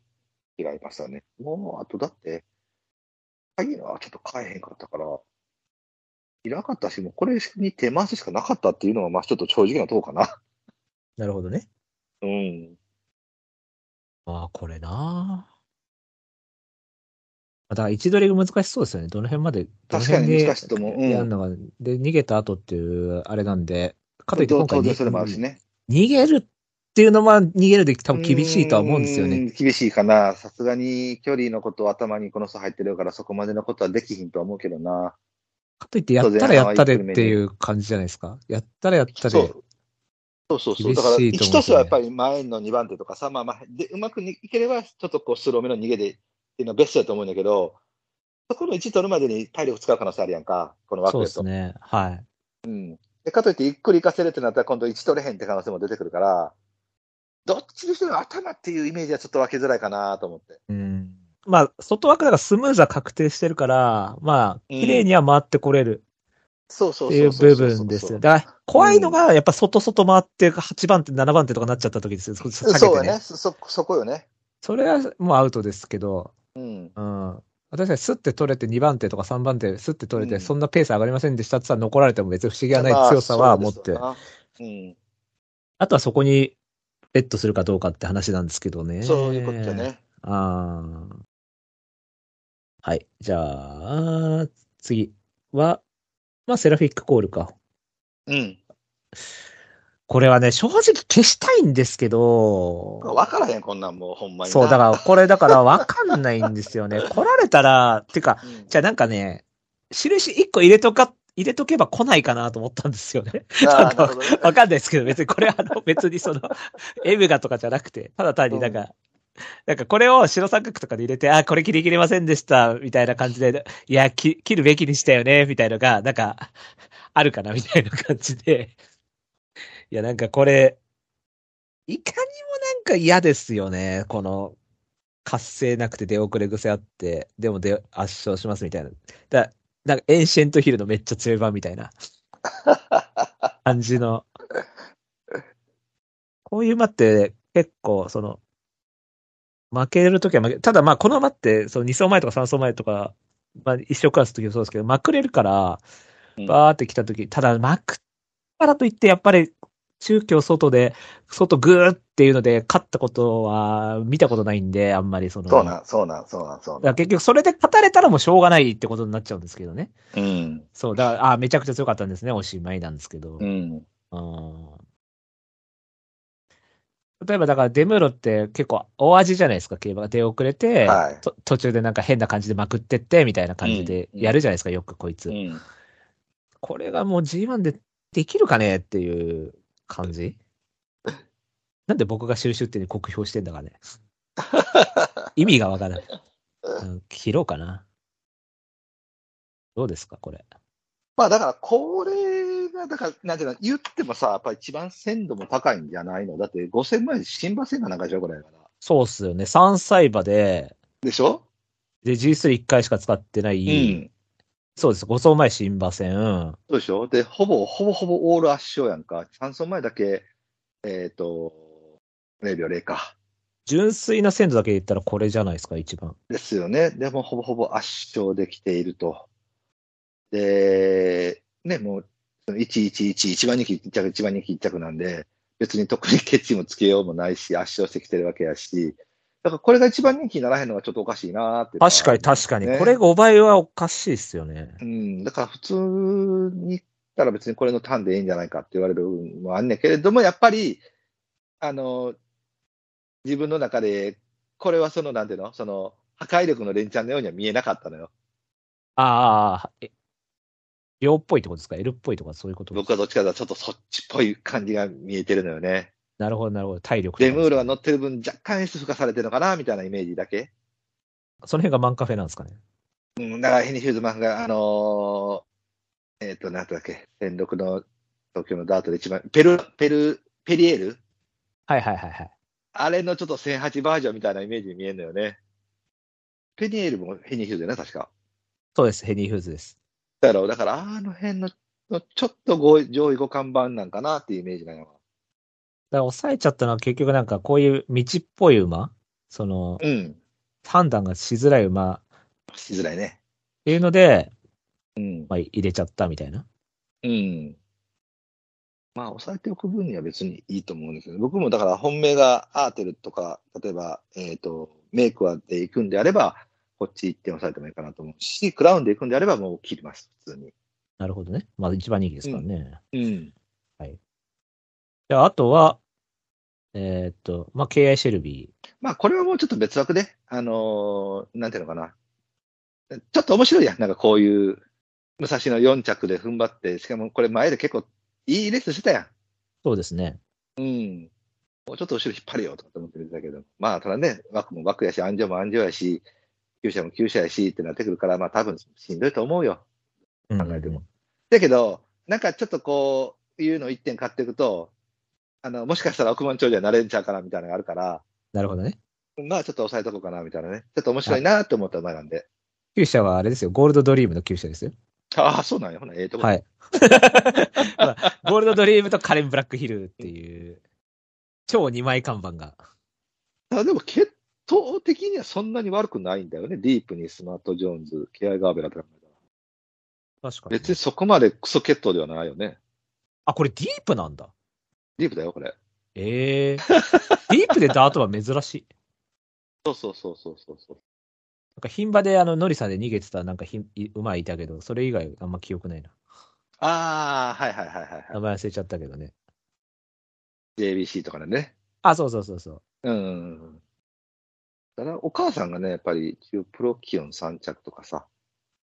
Speaker 2: 嫌いましたね。もう、あとだって、鍵はちょっと買えへんかったから、いなかったし、もうこれに手回すしかなかったっていうのが、まあちょっと正直なとこかな。
Speaker 1: なるほどね。
Speaker 2: うん。
Speaker 1: ああ、これなあ。だから、位置取りが難しそうですよね。どの辺まで、どの
Speaker 2: 確か
Speaker 1: 辺
Speaker 2: に
Speaker 1: で
Speaker 2: 難しいと思う。うん。
Speaker 1: やるのが、で、逃げた後っていう、あれなんで、かといって
Speaker 2: 当
Speaker 1: 今回に
Speaker 2: 然それもあるしね。
Speaker 1: 逃げるっていうのは、逃げるで多分厳しいとは思うんですよ
Speaker 2: う
Speaker 1: ね。
Speaker 2: ん。厳しいかな。さすがに距離のことを頭にこの人入ってるから、そこまでのことはできひんとは思うけどな。
Speaker 1: かといって、やったらやったでっていう感じじゃないですか。やったらやった
Speaker 2: そ
Speaker 1: で。
Speaker 2: う。そうそうそう。
Speaker 1: 厳しいと
Speaker 2: だか
Speaker 1: 思
Speaker 2: ら、
Speaker 1: うんですよね
Speaker 2: 一つはやっぱり前の2番手とかさ、まあまあ、で、うまくにいければ、ちょっとこう、スローめの逃げでっていうのはベストだと思うんだけど、そこの1取るまでに体力使う可能性あるやんか、この枠
Speaker 1: そう
Speaker 2: で
Speaker 1: で
Speaker 2: と。
Speaker 1: すね。はい。
Speaker 2: で、かといってゆっくり行かせるってなったら、今度1取れへんって可能性も出てくるから、どっちにしても頭っていうイメージはちょっと分けづらいかなと思って。
Speaker 1: うん。まあ、外枠だからスムーズは確定してるから、まあ、
Speaker 2: うん
Speaker 1: 綺麗には回ってこれる
Speaker 2: そうそ
Speaker 1: っ
Speaker 2: う
Speaker 1: てい
Speaker 2: そううそう
Speaker 1: 部
Speaker 2: そう
Speaker 1: 分ですよ。だから、怖いのが、やっぱ外外回って、8番手、7番手とかなっちゃった時ですよ。そ下げ
Speaker 2: そう
Speaker 1: て
Speaker 2: よね。
Speaker 1: ね。
Speaker 2: そ、そそこよね。
Speaker 1: それはもうアウトですけど、
Speaker 2: うん。
Speaker 1: うん。確かにスッて取れて2番手とか3番手、スッて取れ
Speaker 2: う
Speaker 1: て、
Speaker 2: ん
Speaker 1: そんなペース上がりませんでしたってさ、残られても別に不思議はない
Speaker 2: まあ
Speaker 1: 強さは持っ。
Speaker 2: そう
Speaker 1: て
Speaker 2: です。よなうん。
Speaker 1: あとはそこに、ベットするかどうかって話なんですけどね。
Speaker 2: そういうことだ。ね。
Speaker 1: あーはい。じゃあ、次は、まあ、セラフィックコールか。
Speaker 2: うん。
Speaker 1: これはね、正直消したいんですけど、
Speaker 2: 分からへん、こんなんもう、ほんまにな。
Speaker 1: そう、だから、これだからわかんないんですよね。来られたら、てか、
Speaker 2: うん
Speaker 1: じゃあなんかね、印1個入れとか、入れとけば来ないかなと思ったんですよね。
Speaker 2: あ
Speaker 1: な
Speaker 2: ー
Speaker 1: んか
Speaker 2: なるほど
Speaker 1: わ
Speaker 2: ね
Speaker 1: かんないですけど、別にこれあの、別にその、エムガとかじゃなくて、ただ単になんか、なんかこれを白三角とかで入れて、あ、これ切り切れませんでした、みたいな感じで、いや、き切るべきにしたよね、みたいのが、なんか、あるかな、みたいな感じで。いや、なんかこれ、いかにもなんか嫌ですよね、この、活性なくて出遅れ癖あって、でもで圧勝しますみたいな。だなんかエンシェントヒルのめっちゃ強い版みたいな。感じの。こういう馬って結構その、負けるときは負け、ただまあこの馬ってその2走前とか3走前とか、まあ一生クラスの時もそうですけど、まくれるから
Speaker 2: うん、
Speaker 1: バーって来た時、ただまくからといってやっぱり中京外で、外グーっていうので勝ったことは見たことないんで、あんまりその。
Speaker 2: そうなん、そうなん、そうなん、そう
Speaker 1: だか
Speaker 2: な
Speaker 1: ら
Speaker 2: ん。
Speaker 1: 結局それで勝たれたらもうしょうがないってことになっちゃうんですけどね。
Speaker 2: うん。
Speaker 1: そう、だから、あめちゃくちゃ強かったんですね、おしまいなんですけど。
Speaker 2: うん。
Speaker 1: うん例えばだからデムーロって結構大味じゃないですか、競馬が出遅れて、
Speaker 2: はい
Speaker 1: と途中でなんか変な感じでまくってってみたいな感じで
Speaker 2: うん
Speaker 1: やるじゃないですか、よくこいつ。
Speaker 2: うん。
Speaker 1: これがもう G1 でできるかねっていう感 じなんで僕が収集点に酷評してんだ かね。意味がわからない、うん切ろうかな。どうですか、これ。
Speaker 2: まあだから、これが、だから、なんていうの、言ってもさ、やっぱり一番鮮度も高いんじゃないのだって、5000万円、新馬戦がなんかでしょ、これ。
Speaker 1: そうっすよね。3歳馬で、
Speaker 2: でしょ
Speaker 1: で、G31 回しか使ってない、
Speaker 2: うん。
Speaker 1: そうです。5走前新馬戦。
Speaker 2: そうでしょで、ほぼ、ほぼほぼオール圧勝やんか。3走前だけ、えっ、と、0秒0か。
Speaker 1: 純粋な鮮度だけで言ったらこれじゃないですか、一番。
Speaker 2: ですよね。でも、ほぼほぼ圧勝できていると。で、ね、もう、その111、一番人気一着、一番人気一着なんで、別に特にケチもつけようもないし、圧勝してきてるわけやし、だからこれが一番人気にならへんのがちょっとおかしいなーっていうのは
Speaker 1: 確かに確かに。
Speaker 2: ね
Speaker 1: これ5倍はおかしいですよね。
Speaker 2: うん、だから普通に言ったら別にこれのターンでいいんじゃないかって言われる部分もあんねんけれども、やっぱり、あの、自分の中で、これはその、なんていうのその、破壊力の連チャンのようには見えなかったのよ。
Speaker 1: ああ、え、量っぽいってことですか ?L っぽいとかそういうこと
Speaker 2: 僕はどっちかというとちょっとそっちっぽい感じが見えてるのよね。
Speaker 1: なるほど、なるほど。体力とか
Speaker 2: デムールが乗ってる分若干 S 付加されてるのかなみたいなイメージだけ。
Speaker 1: その辺がマンカフェなんですかね。
Speaker 2: うん、だからヘニフィールドマンが、あのーえっ、と、なんだっけ、戦力の東京のダートで一番、ペル、ペル、ペリエール
Speaker 1: はいはいはいはい。
Speaker 2: あれのちょっと1008バージョンみたいなイメージに見えるのよね。ペリエールもヘニーヒューズよね、確か。
Speaker 1: そうです。ヘニー・フーズです。
Speaker 2: だから、だからあの辺の、のちょっとご上位互換版なんかなっていうイメージなの。
Speaker 1: だから抑えちゃったのは結局なんかこういう道っぽい馬その、
Speaker 2: うん。
Speaker 1: 判断がしづらい馬っ
Speaker 2: しづらいね。
Speaker 1: ていうので、
Speaker 2: うん。
Speaker 1: まあ入れちゃったみたいな。
Speaker 2: うん。まあ、抑えておく分には別にいいと思うんですよね。僕もだから本命がアーテルとか、例えば、えっ、と、メイクはで行くんであれば、こっち1点抑えてもいいかなと思うし、クラウンで行くんであればもう切ります、普通に。
Speaker 1: なるほどね。まあ一番人気ですからね。
Speaker 2: うん。
Speaker 1: であとは、えーっと、まあ KI シェルビ
Speaker 2: まあ、これはもうちょっと別枠で、あのーなんていうのかな。ちょっと面白いやん。なんかこういう、武蔵の4着で踏ん張って、しかもこれ前で結構いいレースしてたやん。
Speaker 1: ー。そうですね。
Speaker 2: うん。もうちょっと後ろ引っ張れよとかって思ってみてたけど、まあ、ただね、枠も枠やし、安城も安城やし、厩舎も厩舎やしってなってくるから、まあ、多分しんどいと思うよ。
Speaker 1: 考
Speaker 2: 考えても。だけど、なんかちょっとこう、いうの1点買っていくと、あの、もしかしたら億万長者になれんちゃうかなみたいなのがあるから、
Speaker 1: なるほどね。
Speaker 2: まあ、ちょっと抑えとこうかなみたいなね。ちょっと面白いなと思った前なんで。
Speaker 1: 旧車はあれですよ。ゴールドドリームの旧車ですよ。
Speaker 2: ああ、そうなんや。ほな、ええとこ。
Speaker 1: はい。 まあゴールドドリームとカレン・ブラックヒルっていう、超二枚看板が。
Speaker 2: あでも、血統的にはそんなに悪くないんだよね。ディープにスマート・ジョーンズ、ケア・ガーベラとか。
Speaker 1: 確かに。
Speaker 2: 別にそこまでクソ血統ではないよね。
Speaker 1: あ、これディープなんだ。
Speaker 2: ディープだよ、これ。
Speaker 1: ええディープで ダートは珍しい。
Speaker 2: そうそうそうそうそうそう。
Speaker 1: なんか、牝馬で、あの、ノリさんで逃げてた、なんかひん、馬いたけど、それ以外、あんま記憶ないな。
Speaker 2: ああ、はいはいはいはい、
Speaker 1: 名
Speaker 2: は
Speaker 1: 前忘れちゃったけどね。
Speaker 2: い。JBC とかでね。
Speaker 1: あ、そうそうそうそう。
Speaker 2: うん。ただお母さんがね、やっぱり一応プロキオン3着とかさ。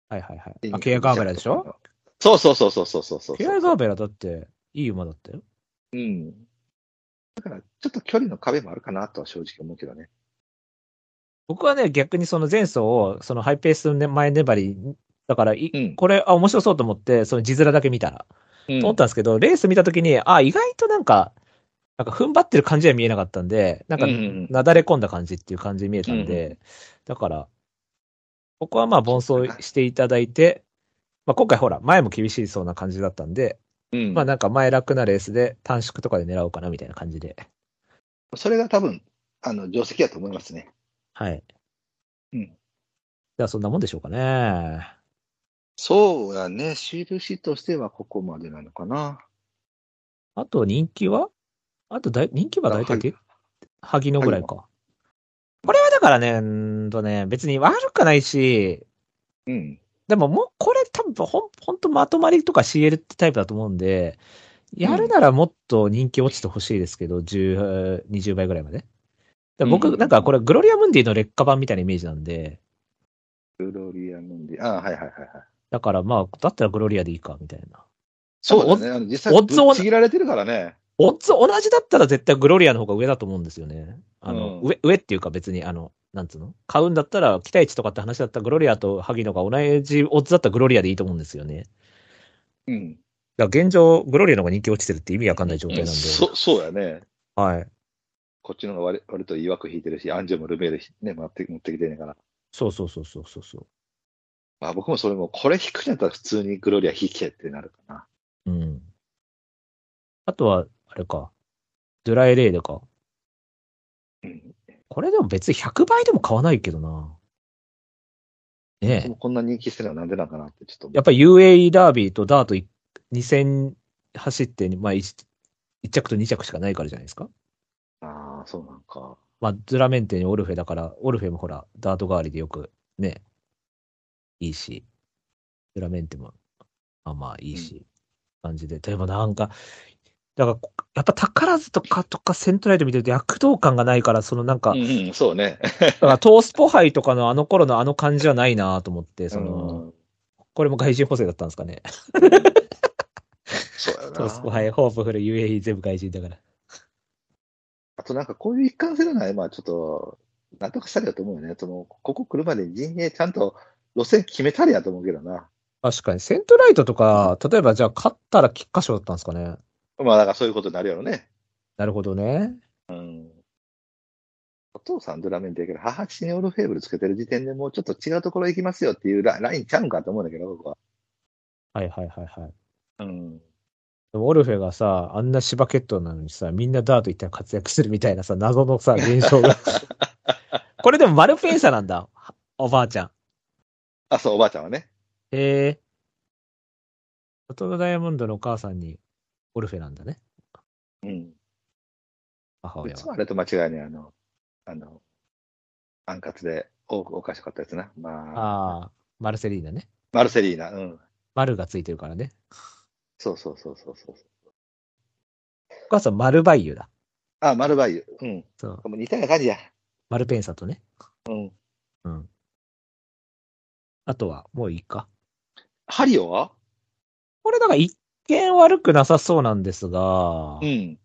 Speaker 1: はいはいはい。あ、ケアガーベラでしょ
Speaker 2: そうそうそうそうそうそうそう。
Speaker 1: ケアガーベラだって、いい馬だったよ。
Speaker 2: うん。だから、ちょっと距離の壁もあるかなとは正直思うけどね。
Speaker 1: 僕はね、逆にその前走を、そのハイペースの前粘り、だからい、
Speaker 2: うん
Speaker 1: これ、あ、面白そうと思って、その字面だけ見たら、
Speaker 2: うん
Speaker 1: と思ったんですけど、レース見たときに、あ、意外となんか、なんか踏ん張ってる感じは見えなかったんで、なんか、
Speaker 2: うんうん
Speaker 1: なだれ込んだ感じっていう感じに見えたんで、
Speaker 2: うん
Speaker 1: だから、ここはまあ、奔走していただいて、まあ、今回ほら、前も厳しいそうな感じだったんで、
Speaker 2: うん。
Speaker 1: まあなんか前楽なレースで短縮とかで狙おうかなみたいな感じで。
Speaker 2: それが多分、あの、定石だと思いますね。
Speaker 1: はい。
Speaker 2: うん
Speaker 1: じゃあそんなもんでしょうかね。
Speaker 2: そうだね。印としてはここまでなのかな。
Speaker 1: あと人気はあとだい、人気は大体で、萩野ぐらいか。これはだからね、うーんとね、別に悪くないし、
Speaker 2: うん。
Speaker 1: でももうこれ多分ほん、ほんとまとまりとか CL ってタイプだと思うんで、やるならもっと人気落ちてほしいですけど、10、20倍ぐらいまで。で
Speaker 2: う
Speaker 1: 僕、
Speaker 2: ん
Speaker 1: なんかこれ、グロリアムンディの劣化版みたいなイメージなんで、
Speaker 2: グロリア・ムンディ。ああ、はいはいはいはい。
Speaker 1: だからまあ、だったらグロリアでいいか、みたいな。
Speaker 2: そうだね。あの実際、
Speaker 1: オ
Speaker 2: ぶ
Speaker 1: ッズを
Speaker 2: っちぎられてるからね。
Speaker 1: オッズ同じだったら絶対グロリアの方が上だと思うんですよね。あの、
Speaker 2: うん
Speaker 1: 上、上っていうか別にあの、なんつうの買うんだったら、期待値とかって話だったらグロリアと萩野が同じオッズだったらグロリアでいいと思うんですよね。
Speaker 2: うん。
Speaker 1: だから現状、グロリアの方が人気落ちてるって意味わかんない状態なんで。
Speaker 2: そそうやね。
Speaker 1: はい。
Speaker 2: こっちの方が割割といい枠引いてるし、アンジュもルベールひね、持って持ってきてんねんから。
Speaker 1: そうそうそうそうそうそう。
Speaker 2: まあ僕もそれも、これ引くんやったら普通にグロリア引けってなるかな。
Speaker 1: うん。あとは、あれか。ドライレイでか。
Speaker 2: うん。
Speaker 1: これでも別に100倍でも買わないけどな。ね
Speaker 2: で
Speaker 1: え。
Speaker 2: もこんな人気してるのはなんでなんかなってちょっと思う
Speaker 1: やっぱり UAE ダービーとダートい2戦走って、まあ 1, 着と2着しかないからじゃないですか。
Speaker 2: ああ、そうなんか。
Speaker 1: まあ、ズラメンテにオルフェだから、オルフェもほら、ダート代わりでよくね、いいし、ズラメンテも、まあまあいいし、感じで。でもなんか、だからこ、やっぱ宝塚とかとかセントライト見てると躍動感がないから、そのなんか、
Speaker 2: うん、うん、そうね。
Speaker 1: だからトースポ杯とかのあの頃のあの感じはないなと思って、その、
Speaker 2: うん
Speaker 1: これも外人補正だったんですかね。
Speaker 2: そうや
Speaker 1: トースポ
Speaker 2: な。
Speaker 1: 杯、ホープフル、UAE 全部外人だから。
Speaker 2: あとなんかこういう一貫性のない、まあちょっと、なんとかしたりだと思うよね。その、ここ来るまでに陣営ちゃんと路線決めたりやと思うけどな。
Speaker 1: 確かに、セントライトとか、例えばじゃあ勝ったら菊花賞だったんですかね。
Speaker 2: まあだからそういうことになるやろね。
Speaker 1: なるほどね。
Speaker 2: うんお父さんドラメンって言うけど、母父にオールフェーブルつけてる時点でもうちょっと違うところ行きますよっていうララインちゃうんかと思うんだけど、僕は。
Speaker 1: はいはいはいはい。
Speaker 2: うん。
Speaker 1: でもオルフェがさ、あんな芝ケットなのにさ、みんなダート行ったら活躍するみたいなさ、謎のさ、現象 が。これでもマルフェンサなんだ。おばあちゃん。
Speaker 2: あ、そう、おばあちゃんはね。
Speaker 1: へえ。トトロダイヤモンドのお母さんにオルフェなんだね。
Speaker 2: うん。
Speaker 1: 母親
Speaker 2: 実
Speaker 1: は。
Speaker 2: はあれと間違いね、あの、あの、アンカツで多くおかしかったやつな。まあ、
Speaker 1: ああ、マルセリーナね。
Speaker 2: マルセリーナ。うん。
Speaker 1: マルがついてるからね。
Speaker 2: そうそうそうそうそう。
Speaker 1: お母さんマルバイユだ。
Speaker 2: あ、マルバイユ。うん。
Speaker 1: そう。
Speaker 2: もう似たような感じや。
Speaker 1: マルペンサとね。
Speaker 2: うん。
Speaker 1: うん。あとは、もういいか。
Speaker 2: ハリオは
Speaker 1: これだから一見悪くなさそうなんですが、
Speaker 2: うん。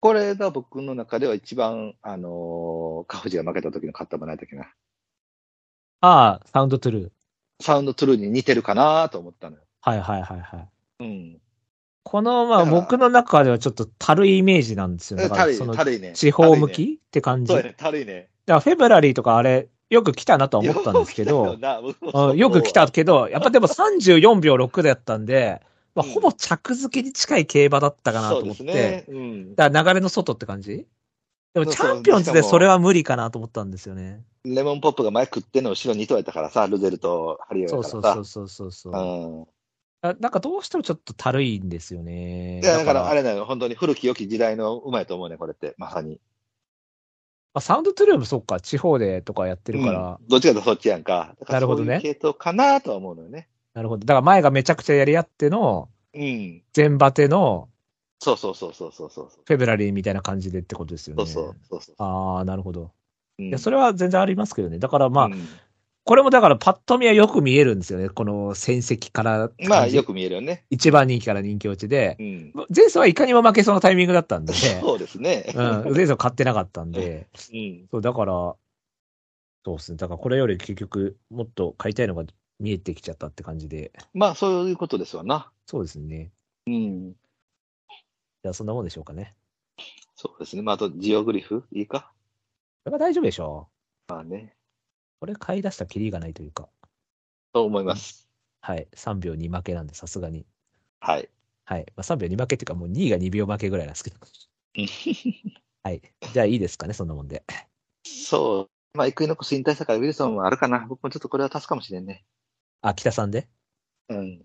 Speaker 2: これが僕の中では一番、あのー、カフジが負けた時の勝ったもない時な。
Speaker 1: ああ、サウンドトゥルー。
Speaker 2: サウンドトゥルーに似てるかなと思ったのよ。
Speaker 1: はいはいはいはい。
Speaker 2: うん。
Speaker 1: この、まあ
Speaker 2: だから
Speaker 1: 僕の中ではちょっとたるいイメージなんですよね。だか
Speaker 2: た
Speaker 1: ら
Speaker 2: るい
Speaker 1: そ
Speaker 2: ね、
Speaker 1: の
Speaker 2: たるいね。
Speaker 1: 地方向き、って感じ。
Speaker 2: そう
Speaker 1: だ
Speaker 2: や
Speaker 1: か
Speaker 2: ね、たるいね。
Speaker 1: らフェブラリーとかあれ、よく来たなとは思ったんですけ ど、うんよく来。たけど、やっぱでも34秒6だったんで、まあ、
Speaker 2: うん
Speaker 1: ほぼ着付けに近い競馬だったかなと
Speaker 2: そう
Speaker 1: 思
Speaker 2: で
Speaker 1: っ
Speaker 2: す
Speaker 1: て、
Speaker 2: ね。うん。
Speaker 1: だから流れの外って感じでも
Speaker 2: そう
Speaker 1: チ
Speaker 2: そう
Speaker 1: ャンピオンズ
Speaker 2: し
Speaker 1: で
Speaker 2: かも
Speaker 1: それは無理かなと思ったんですよね。
Speaker 2: レモンポップが前食ってんの後ろ2頭やったからさ、ルゼルとハリオやか
Speaker 1: そ
Speaker 2: ら
Speaker 1: うそう
Speaker 2: さ。
Speaker 1: そうそうそうそう。
Speaker 2: うん。
Speaker 1: あなんかどうしてもちょっとたるいんですよね。
Speaker 2: いや、だからあれなの、本当に古き良き時代のうまいと思うね、これって、まさに。
Speaker 1: まあ、サウンドトゥルーもそうか、地方でとかやってるから、
Speaker 2: うんどっちかというとそっちやんか。だか
Speaker 1: な
Speaker 2: ら
Speaker 1: るほどね
Speaker 2: そういう系統かなとは思うのよね。
Speaker 1: なるほど。だから前がめちゃくちゃやり合っての、
Speaker 2: うん。
Speaker 1: 全バテの
Speaker 2: そうそうそうそうそうそう。
Speaker 1: フェブラリーみたいな感じでってことですよ
Speaker 2: そ
Speaker 1: ね。
Speaker 2: うそうそうそう。
Speaker 1: ああ、なるほど。
Speaker 2: い
Speaker 1: いや、それは全然ありますけどね。だからまあ、
Speaker 2: うん
Speaker 1: これもだからパッと見はよく見えるんですよね。この戦績から。
Speaker 2: まあ、よく見えるよね。
Speaker 1: 一番人気から人気落ちで
Speaker 2: う。ん。
Speaker 1: 前走はいかにも負けそうなタイミングだったんで。
Speaker 2: そうですね。
Speaker 1: うん。前走買ってなかったんで。
Speaker 2: うん。
Speaker 1: そう、だから、そうですね。だからこれより結局、もっと買いたいのが見えてきちゃったって感じで。
Speaker 2: まあ、そういうことですわな。
Speaker 1: そうですね。
Speaker 2: うん。
Speaker 1: じゃあそんなもんでしょうかね。
Speaker 2: そうですね。まあ、あと、ジオグリフいいか
Speaker 1: これは大丈夫でしょう。
Speaker 2: まあね。
Speaker 1: これ買い出したきりがないというか。
Speaker 2: と思います。
Speaker 1: はい。3秒2負けなんで、さすがに。
Speaker 2: はい。
Speaker 1: はい。まあ、3秒2負けっていうか、もう2位が2秒負けぐらいなんですけ ど
Speaker 2: うん。
Speaker 1: はい。じゃあいいですかね、そんなもんで。
Speaker 2: そう。まあ、イクイノックス引退したからウィルソンもあるかな。僕もちょっとこれは足すかもしれんね。
Speaker 1: あ、北さんで
Speaker 2: うん。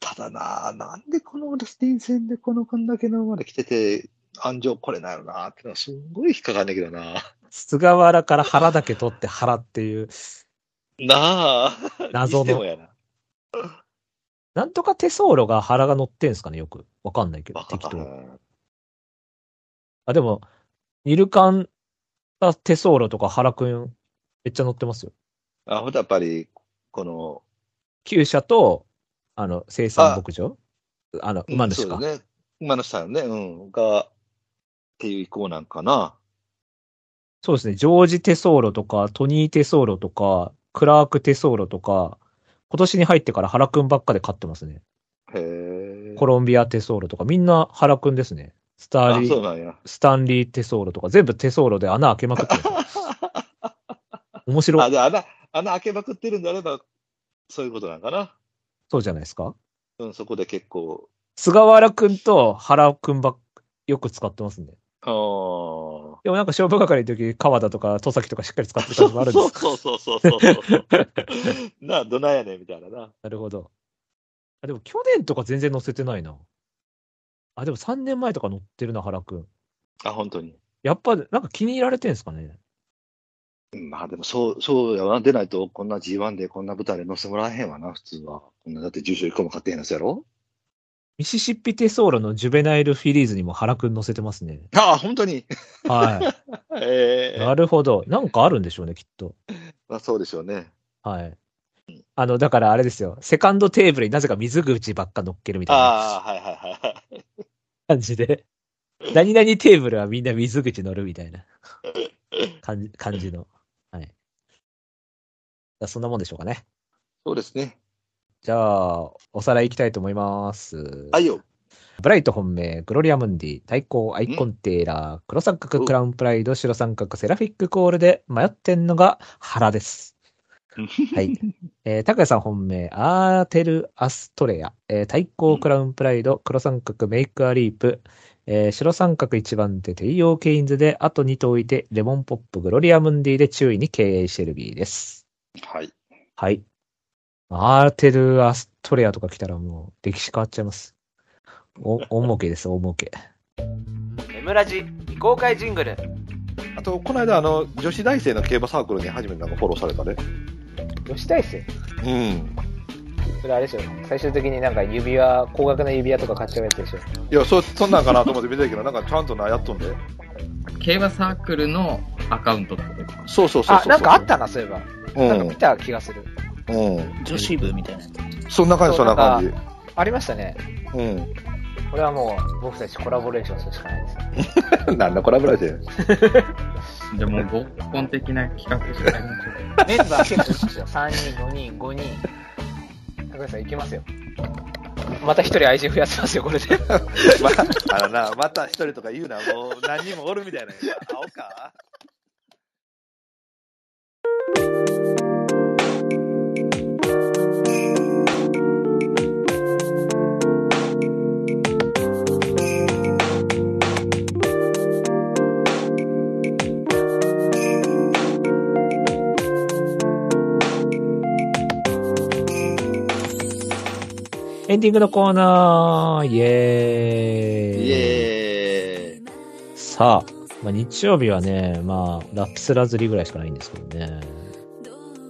Speaker 2: ただなあ、なんでこのルスティン戦でこのこんだけのまで来てて、安城これなよなってのはすんごい引っかかんねんけどな。
Speaker 1: 菅原から腹だけ取って腹っていう、
Speaker 2: なあ。
Speaker 1: 謎の
Speaker 2: にしてもやな。
Speaker 1: なんとか手相路が腹が乗ってんすかね、よく。わかんないけど
Speaker 2: バ、カ
Speaker 1: 適
Speaker 2: かな。
Speaker 1: 当。あ、でも、ニルカン、手相路とか原くん、めっちゃ乗ってますよ。
Speaker 2: あ、ほんとやっぱり、この、
Speaker 1: 旧車と、あの、生産牧場あの、馬
Speaker 2: うん
Speaker 1: 主
Speaker 2: そ
Speaker 1: か。
Speaker 2: うですね。馬主さんね、うん、が、っていう意向なんかな。
Speaker 1: そうですね、ジョージ・テソーロとか、トニー・テソーロとか、クラーク・テソーロとか、今年に入ってから原くんばっかで勝ってますね。
Speaker 2: へえ。
Speaker 1: コロンビア・テソーロとか、みんな原くんですね。スター
Speaker 2: あ、
Speaker 1: リ
Speaker 2: そう
Speaker 1: ー、
Speaker 2: なんや。
Speaker 1: スタンリー・テソーロとか、全部テソーロで穴開けまく ってます面白
Speaker 2: あ、
Speaker 1: い、
Speaker 2: じゃあ穴、穴開けまくってるんであれば、そういうことなんかな。
Speaker 1: そうじゃないですか。
Speaker 2: うん、そこで結構、
Speaker 1: 菅原くんと原くんばっよく使ってますね。
Speaker 2: あー
Speaker 1: でもなんか勝負係の時、川田とか戸崎とかしっかり使ってる感じもあるんで
Speaker 2: そう
Speaker 1: す
Speaker 2: そうそうそうそうそう。なあ、どないやねんみたいなな。
Speaker 1: なるほど。あ、でも去年とか全然載せてないな。あ、でも3年前とか載ってるな、原くん。
Speaker 2: あ、本当に。
Speaker 1: やっぱ、なんか気に入られてんすかね。
Speaker 2: うんまあでも、そう、そうやわ。でないと、こんな G1 でこんな舞台で乗せてもらえへんわな、普通は。こんなだって住所一個も買ってへんのやろ
Speaker 1: ミシシッピテソーロのジュベナイルフィリーズにも原くん載せてますね。
Speaker 2: ああ、本当 に。
Speaker 1: は
Speaker 2: え
Speaker 1: い。
Speaker 2: え
Speaker 1: なるほど。なんかあるんでしょうね、きっと。
Speaker 2: まあそうでしょうね。
Speaker 1: はい。あの、だからあれですよ。セカンドテーブルになぜか水口ばっか乗っけるみたいな
Speaker 2: ああ、はいはいはい。
Speaker 1: 感じで。何々テーブルはみんな水口乗るみたいな感じ感じの。はい。だそんなもんでしょうかね。
Speaker 2: そうですね。
Speaker 1: じゃあ、おさらいいきたいと思います。
Speaker 2: はいよ。
Speaker 1: ブライト本命、グロリアムンディ、対抗アイコンテーラー、黒三角クラウンプライド、白三角セラフィックコールで迷ってんのが原です。はい。えー、高谷さん本命、アーテル・アストレア、えー、対抗クラウンプライド、黒三角メイクアリープ、えー白三角1番手、テイオー・ケインズで、あと2頭いて、レモンポップ、グロリアムンディで注意に経営シェルビーです。
Speaker 2: はい。
Speaker 1: はい。アーテル・アストレアとか来たらもう歴史変わっちゃいます。 お、大儲けです、大儲け。
Speaker 3: エムラジ未公開ジングル
Speaker 2: あと、この間、あの、女子大生の競馬サークルに初めてなんかフォローされたね。
Speaker 1: 女子大生
Speaker 2: うん。
Speaker 1: それあれでしょ最終的になんか指輪、高額な指輪とか買っちゃうやつでしょ
Speaker 2: いや、そ、そんなんかなと思って見てたけど、なんかちゃんとな、やっとんで。
Speaker 4: 競馬サークルのアカウントってことですか
Speaker 2: そうそうそうそう。
Speaker 1: あ、なんかあったな、そういえば。
Speaker 2: う
Speaker 1: なんか見
Speaker 2: ん。
Speaker 1: た気がする。
Speaker 2: うん。
Speaker 5: 女子部みたいなやつ。
Speaker 2: そんな感じ、
Speaker 1: そ
Speaker 2: そ
Speaker 1: うん
Speaker 2: な感じ。
Speaker 1: ありましたね。
Speaker 2: う
Speaker 1: これはもう僕たちコラボレーションするしかないです。
Speaker 2: ん。 なんだ、コラボライテ
Speaker 4: でも、合コン的な企画じゃない
Speaker 1: メンバー結構いますよ。3人、4人、5人。高橋さん、いけますよ。また一人愛人増やせますよ、これで。
Speaker 2: まあのな、また一人とか言うな、もう何人もおるみたいな。青か
Speaker 1: エンディングのコーナーイエーイ
Speaker 2: イエーイ。
Speaker 1: さあ、まあ、日曜日はね、まあ、ラピスラズリぐらいしかないんですけどね。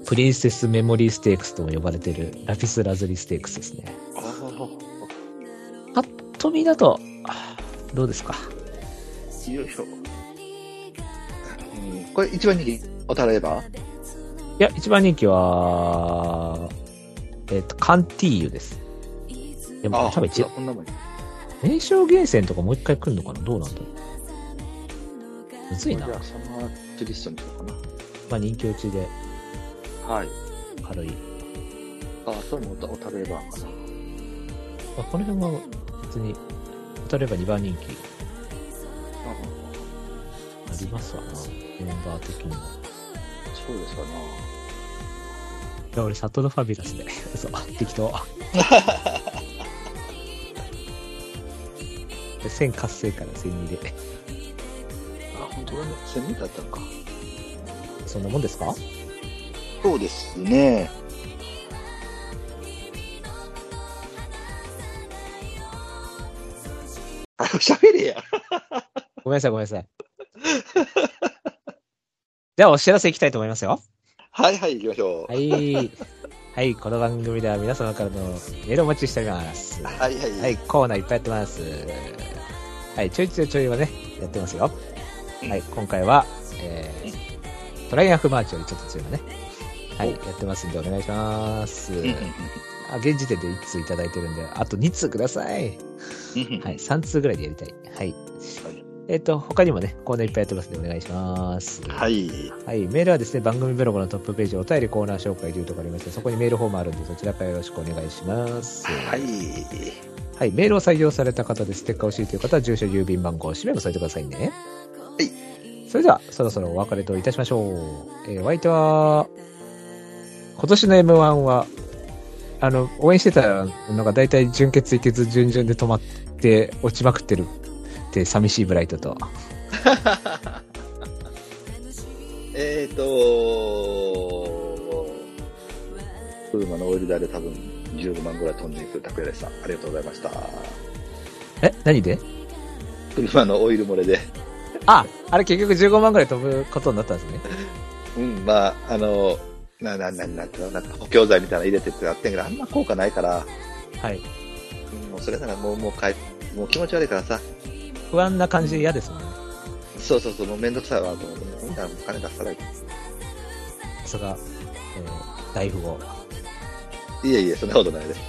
Speaker 1: プリンセスメモリーステークスとも呼ばれてるラピスラズリステークスですね。ぱっと見だと、あーどうですか
Speaker 2: よいしょ。これ一番人気、おたらえば
Speaker 1: いや、一番人気は、えっ、と、カンティーユです。でも、多分一応、
Speaker 2: こんなもん。
Speaker 1: 名称厳選とかもう一回来るのかなどうなんだろうむずいな。ま
Speaker 2: あ、そのリストにしようか
Speaker 1: あ、人気落ちで
Speaker 2: な。はい。
Speaker 1: 軽い。
Speaker 2: あ、それもおたらえばかな。
Speaker 1: まあ、この辺は、別に、例えば2番人気。ありますわな、メンバー的には。
Speaker 2: そうですかな。
Speaker 1: いや、俺、サトルファビュラスで。 嘘、適当。 で1000活性から1002で。
Speaker 2: あ、本当だね。千人だったのか。
Speaker 1: そんなもんですか
Speaker 2: そうですね。あ、喋れや。
Speaker 1: ごめんなさい、ごめんなさい。 では、お知らせいきたいと思いますよ。
Speaker 2: はいはい、行きましょ
Speaker 1: はい。はい、この番組では皆様からのメールをお待ちしております。
Speaker 2: う。
Speaker 1: は
Speaker 2: はいはい。
Speaker 1: い、コーナーいっぱいやってます。はい、ちょいちょいちょいはね、やってますよ。はい、今回は、えー、トライアンフマーチよりちょっと強いのね。はい、やってますんでお願いします。あ現時点で1通いただいてるんで、あと2通ください。はい、3通ぐらいでやりたい。はい。えっ、と、他にもね、コーナーいっぱいやってますんでお願いします。。
Speaker 2: はいい。
Speaker 1: はい、メールはですね、番組ブログのトップページ、お便りコーナー紹介というところありまして、そこにメールフォームあるんで、そちらからよろしくお願いします。
Speaker 2: はい。
Speaker 1: はい、メールを採用された方でステッカーを欲しいという方は、住所、郵便番号、氏名も添えてくださいね。
Speaker 2: はい。
Speaker 1: それでは、そろそろお別れといたしましょう。えー、お相手は、今年の M1 は、あの、応援してたのが大体準決、いけず、準々で止まって、落ちまくってるって寂しいブライトと、
Speaker 2: えっと、プーマのオイル代で多分15万ぐらい飛んでいく拓也でした。ありがとうございました。
Speaker 1: え、何で
Speaker 2: プーマのオイル漏れで、
Speaker 1: あ、あれ結局15万ぐらい飛ぶことになったんですね。
Speaker 2: うん、まあ、あの、な、な、な、なんていうのなんか補強剤みたいなの入れてってなってんけど、あんま効果ないから、
Speaker 1: はい。
Speaker 2: うんもうそれならもう、もう帰もう気持ち悪いからさ、
Speaker 1: 不安な感じで嫌ですもんね。
Speaker 2: そうそうそう、もうめんどくさいわと思って、ほんならもう金出さない。
Speaker 1: さすが、えー大富豪。
Speaker 2: いえいえ、そんなことないです。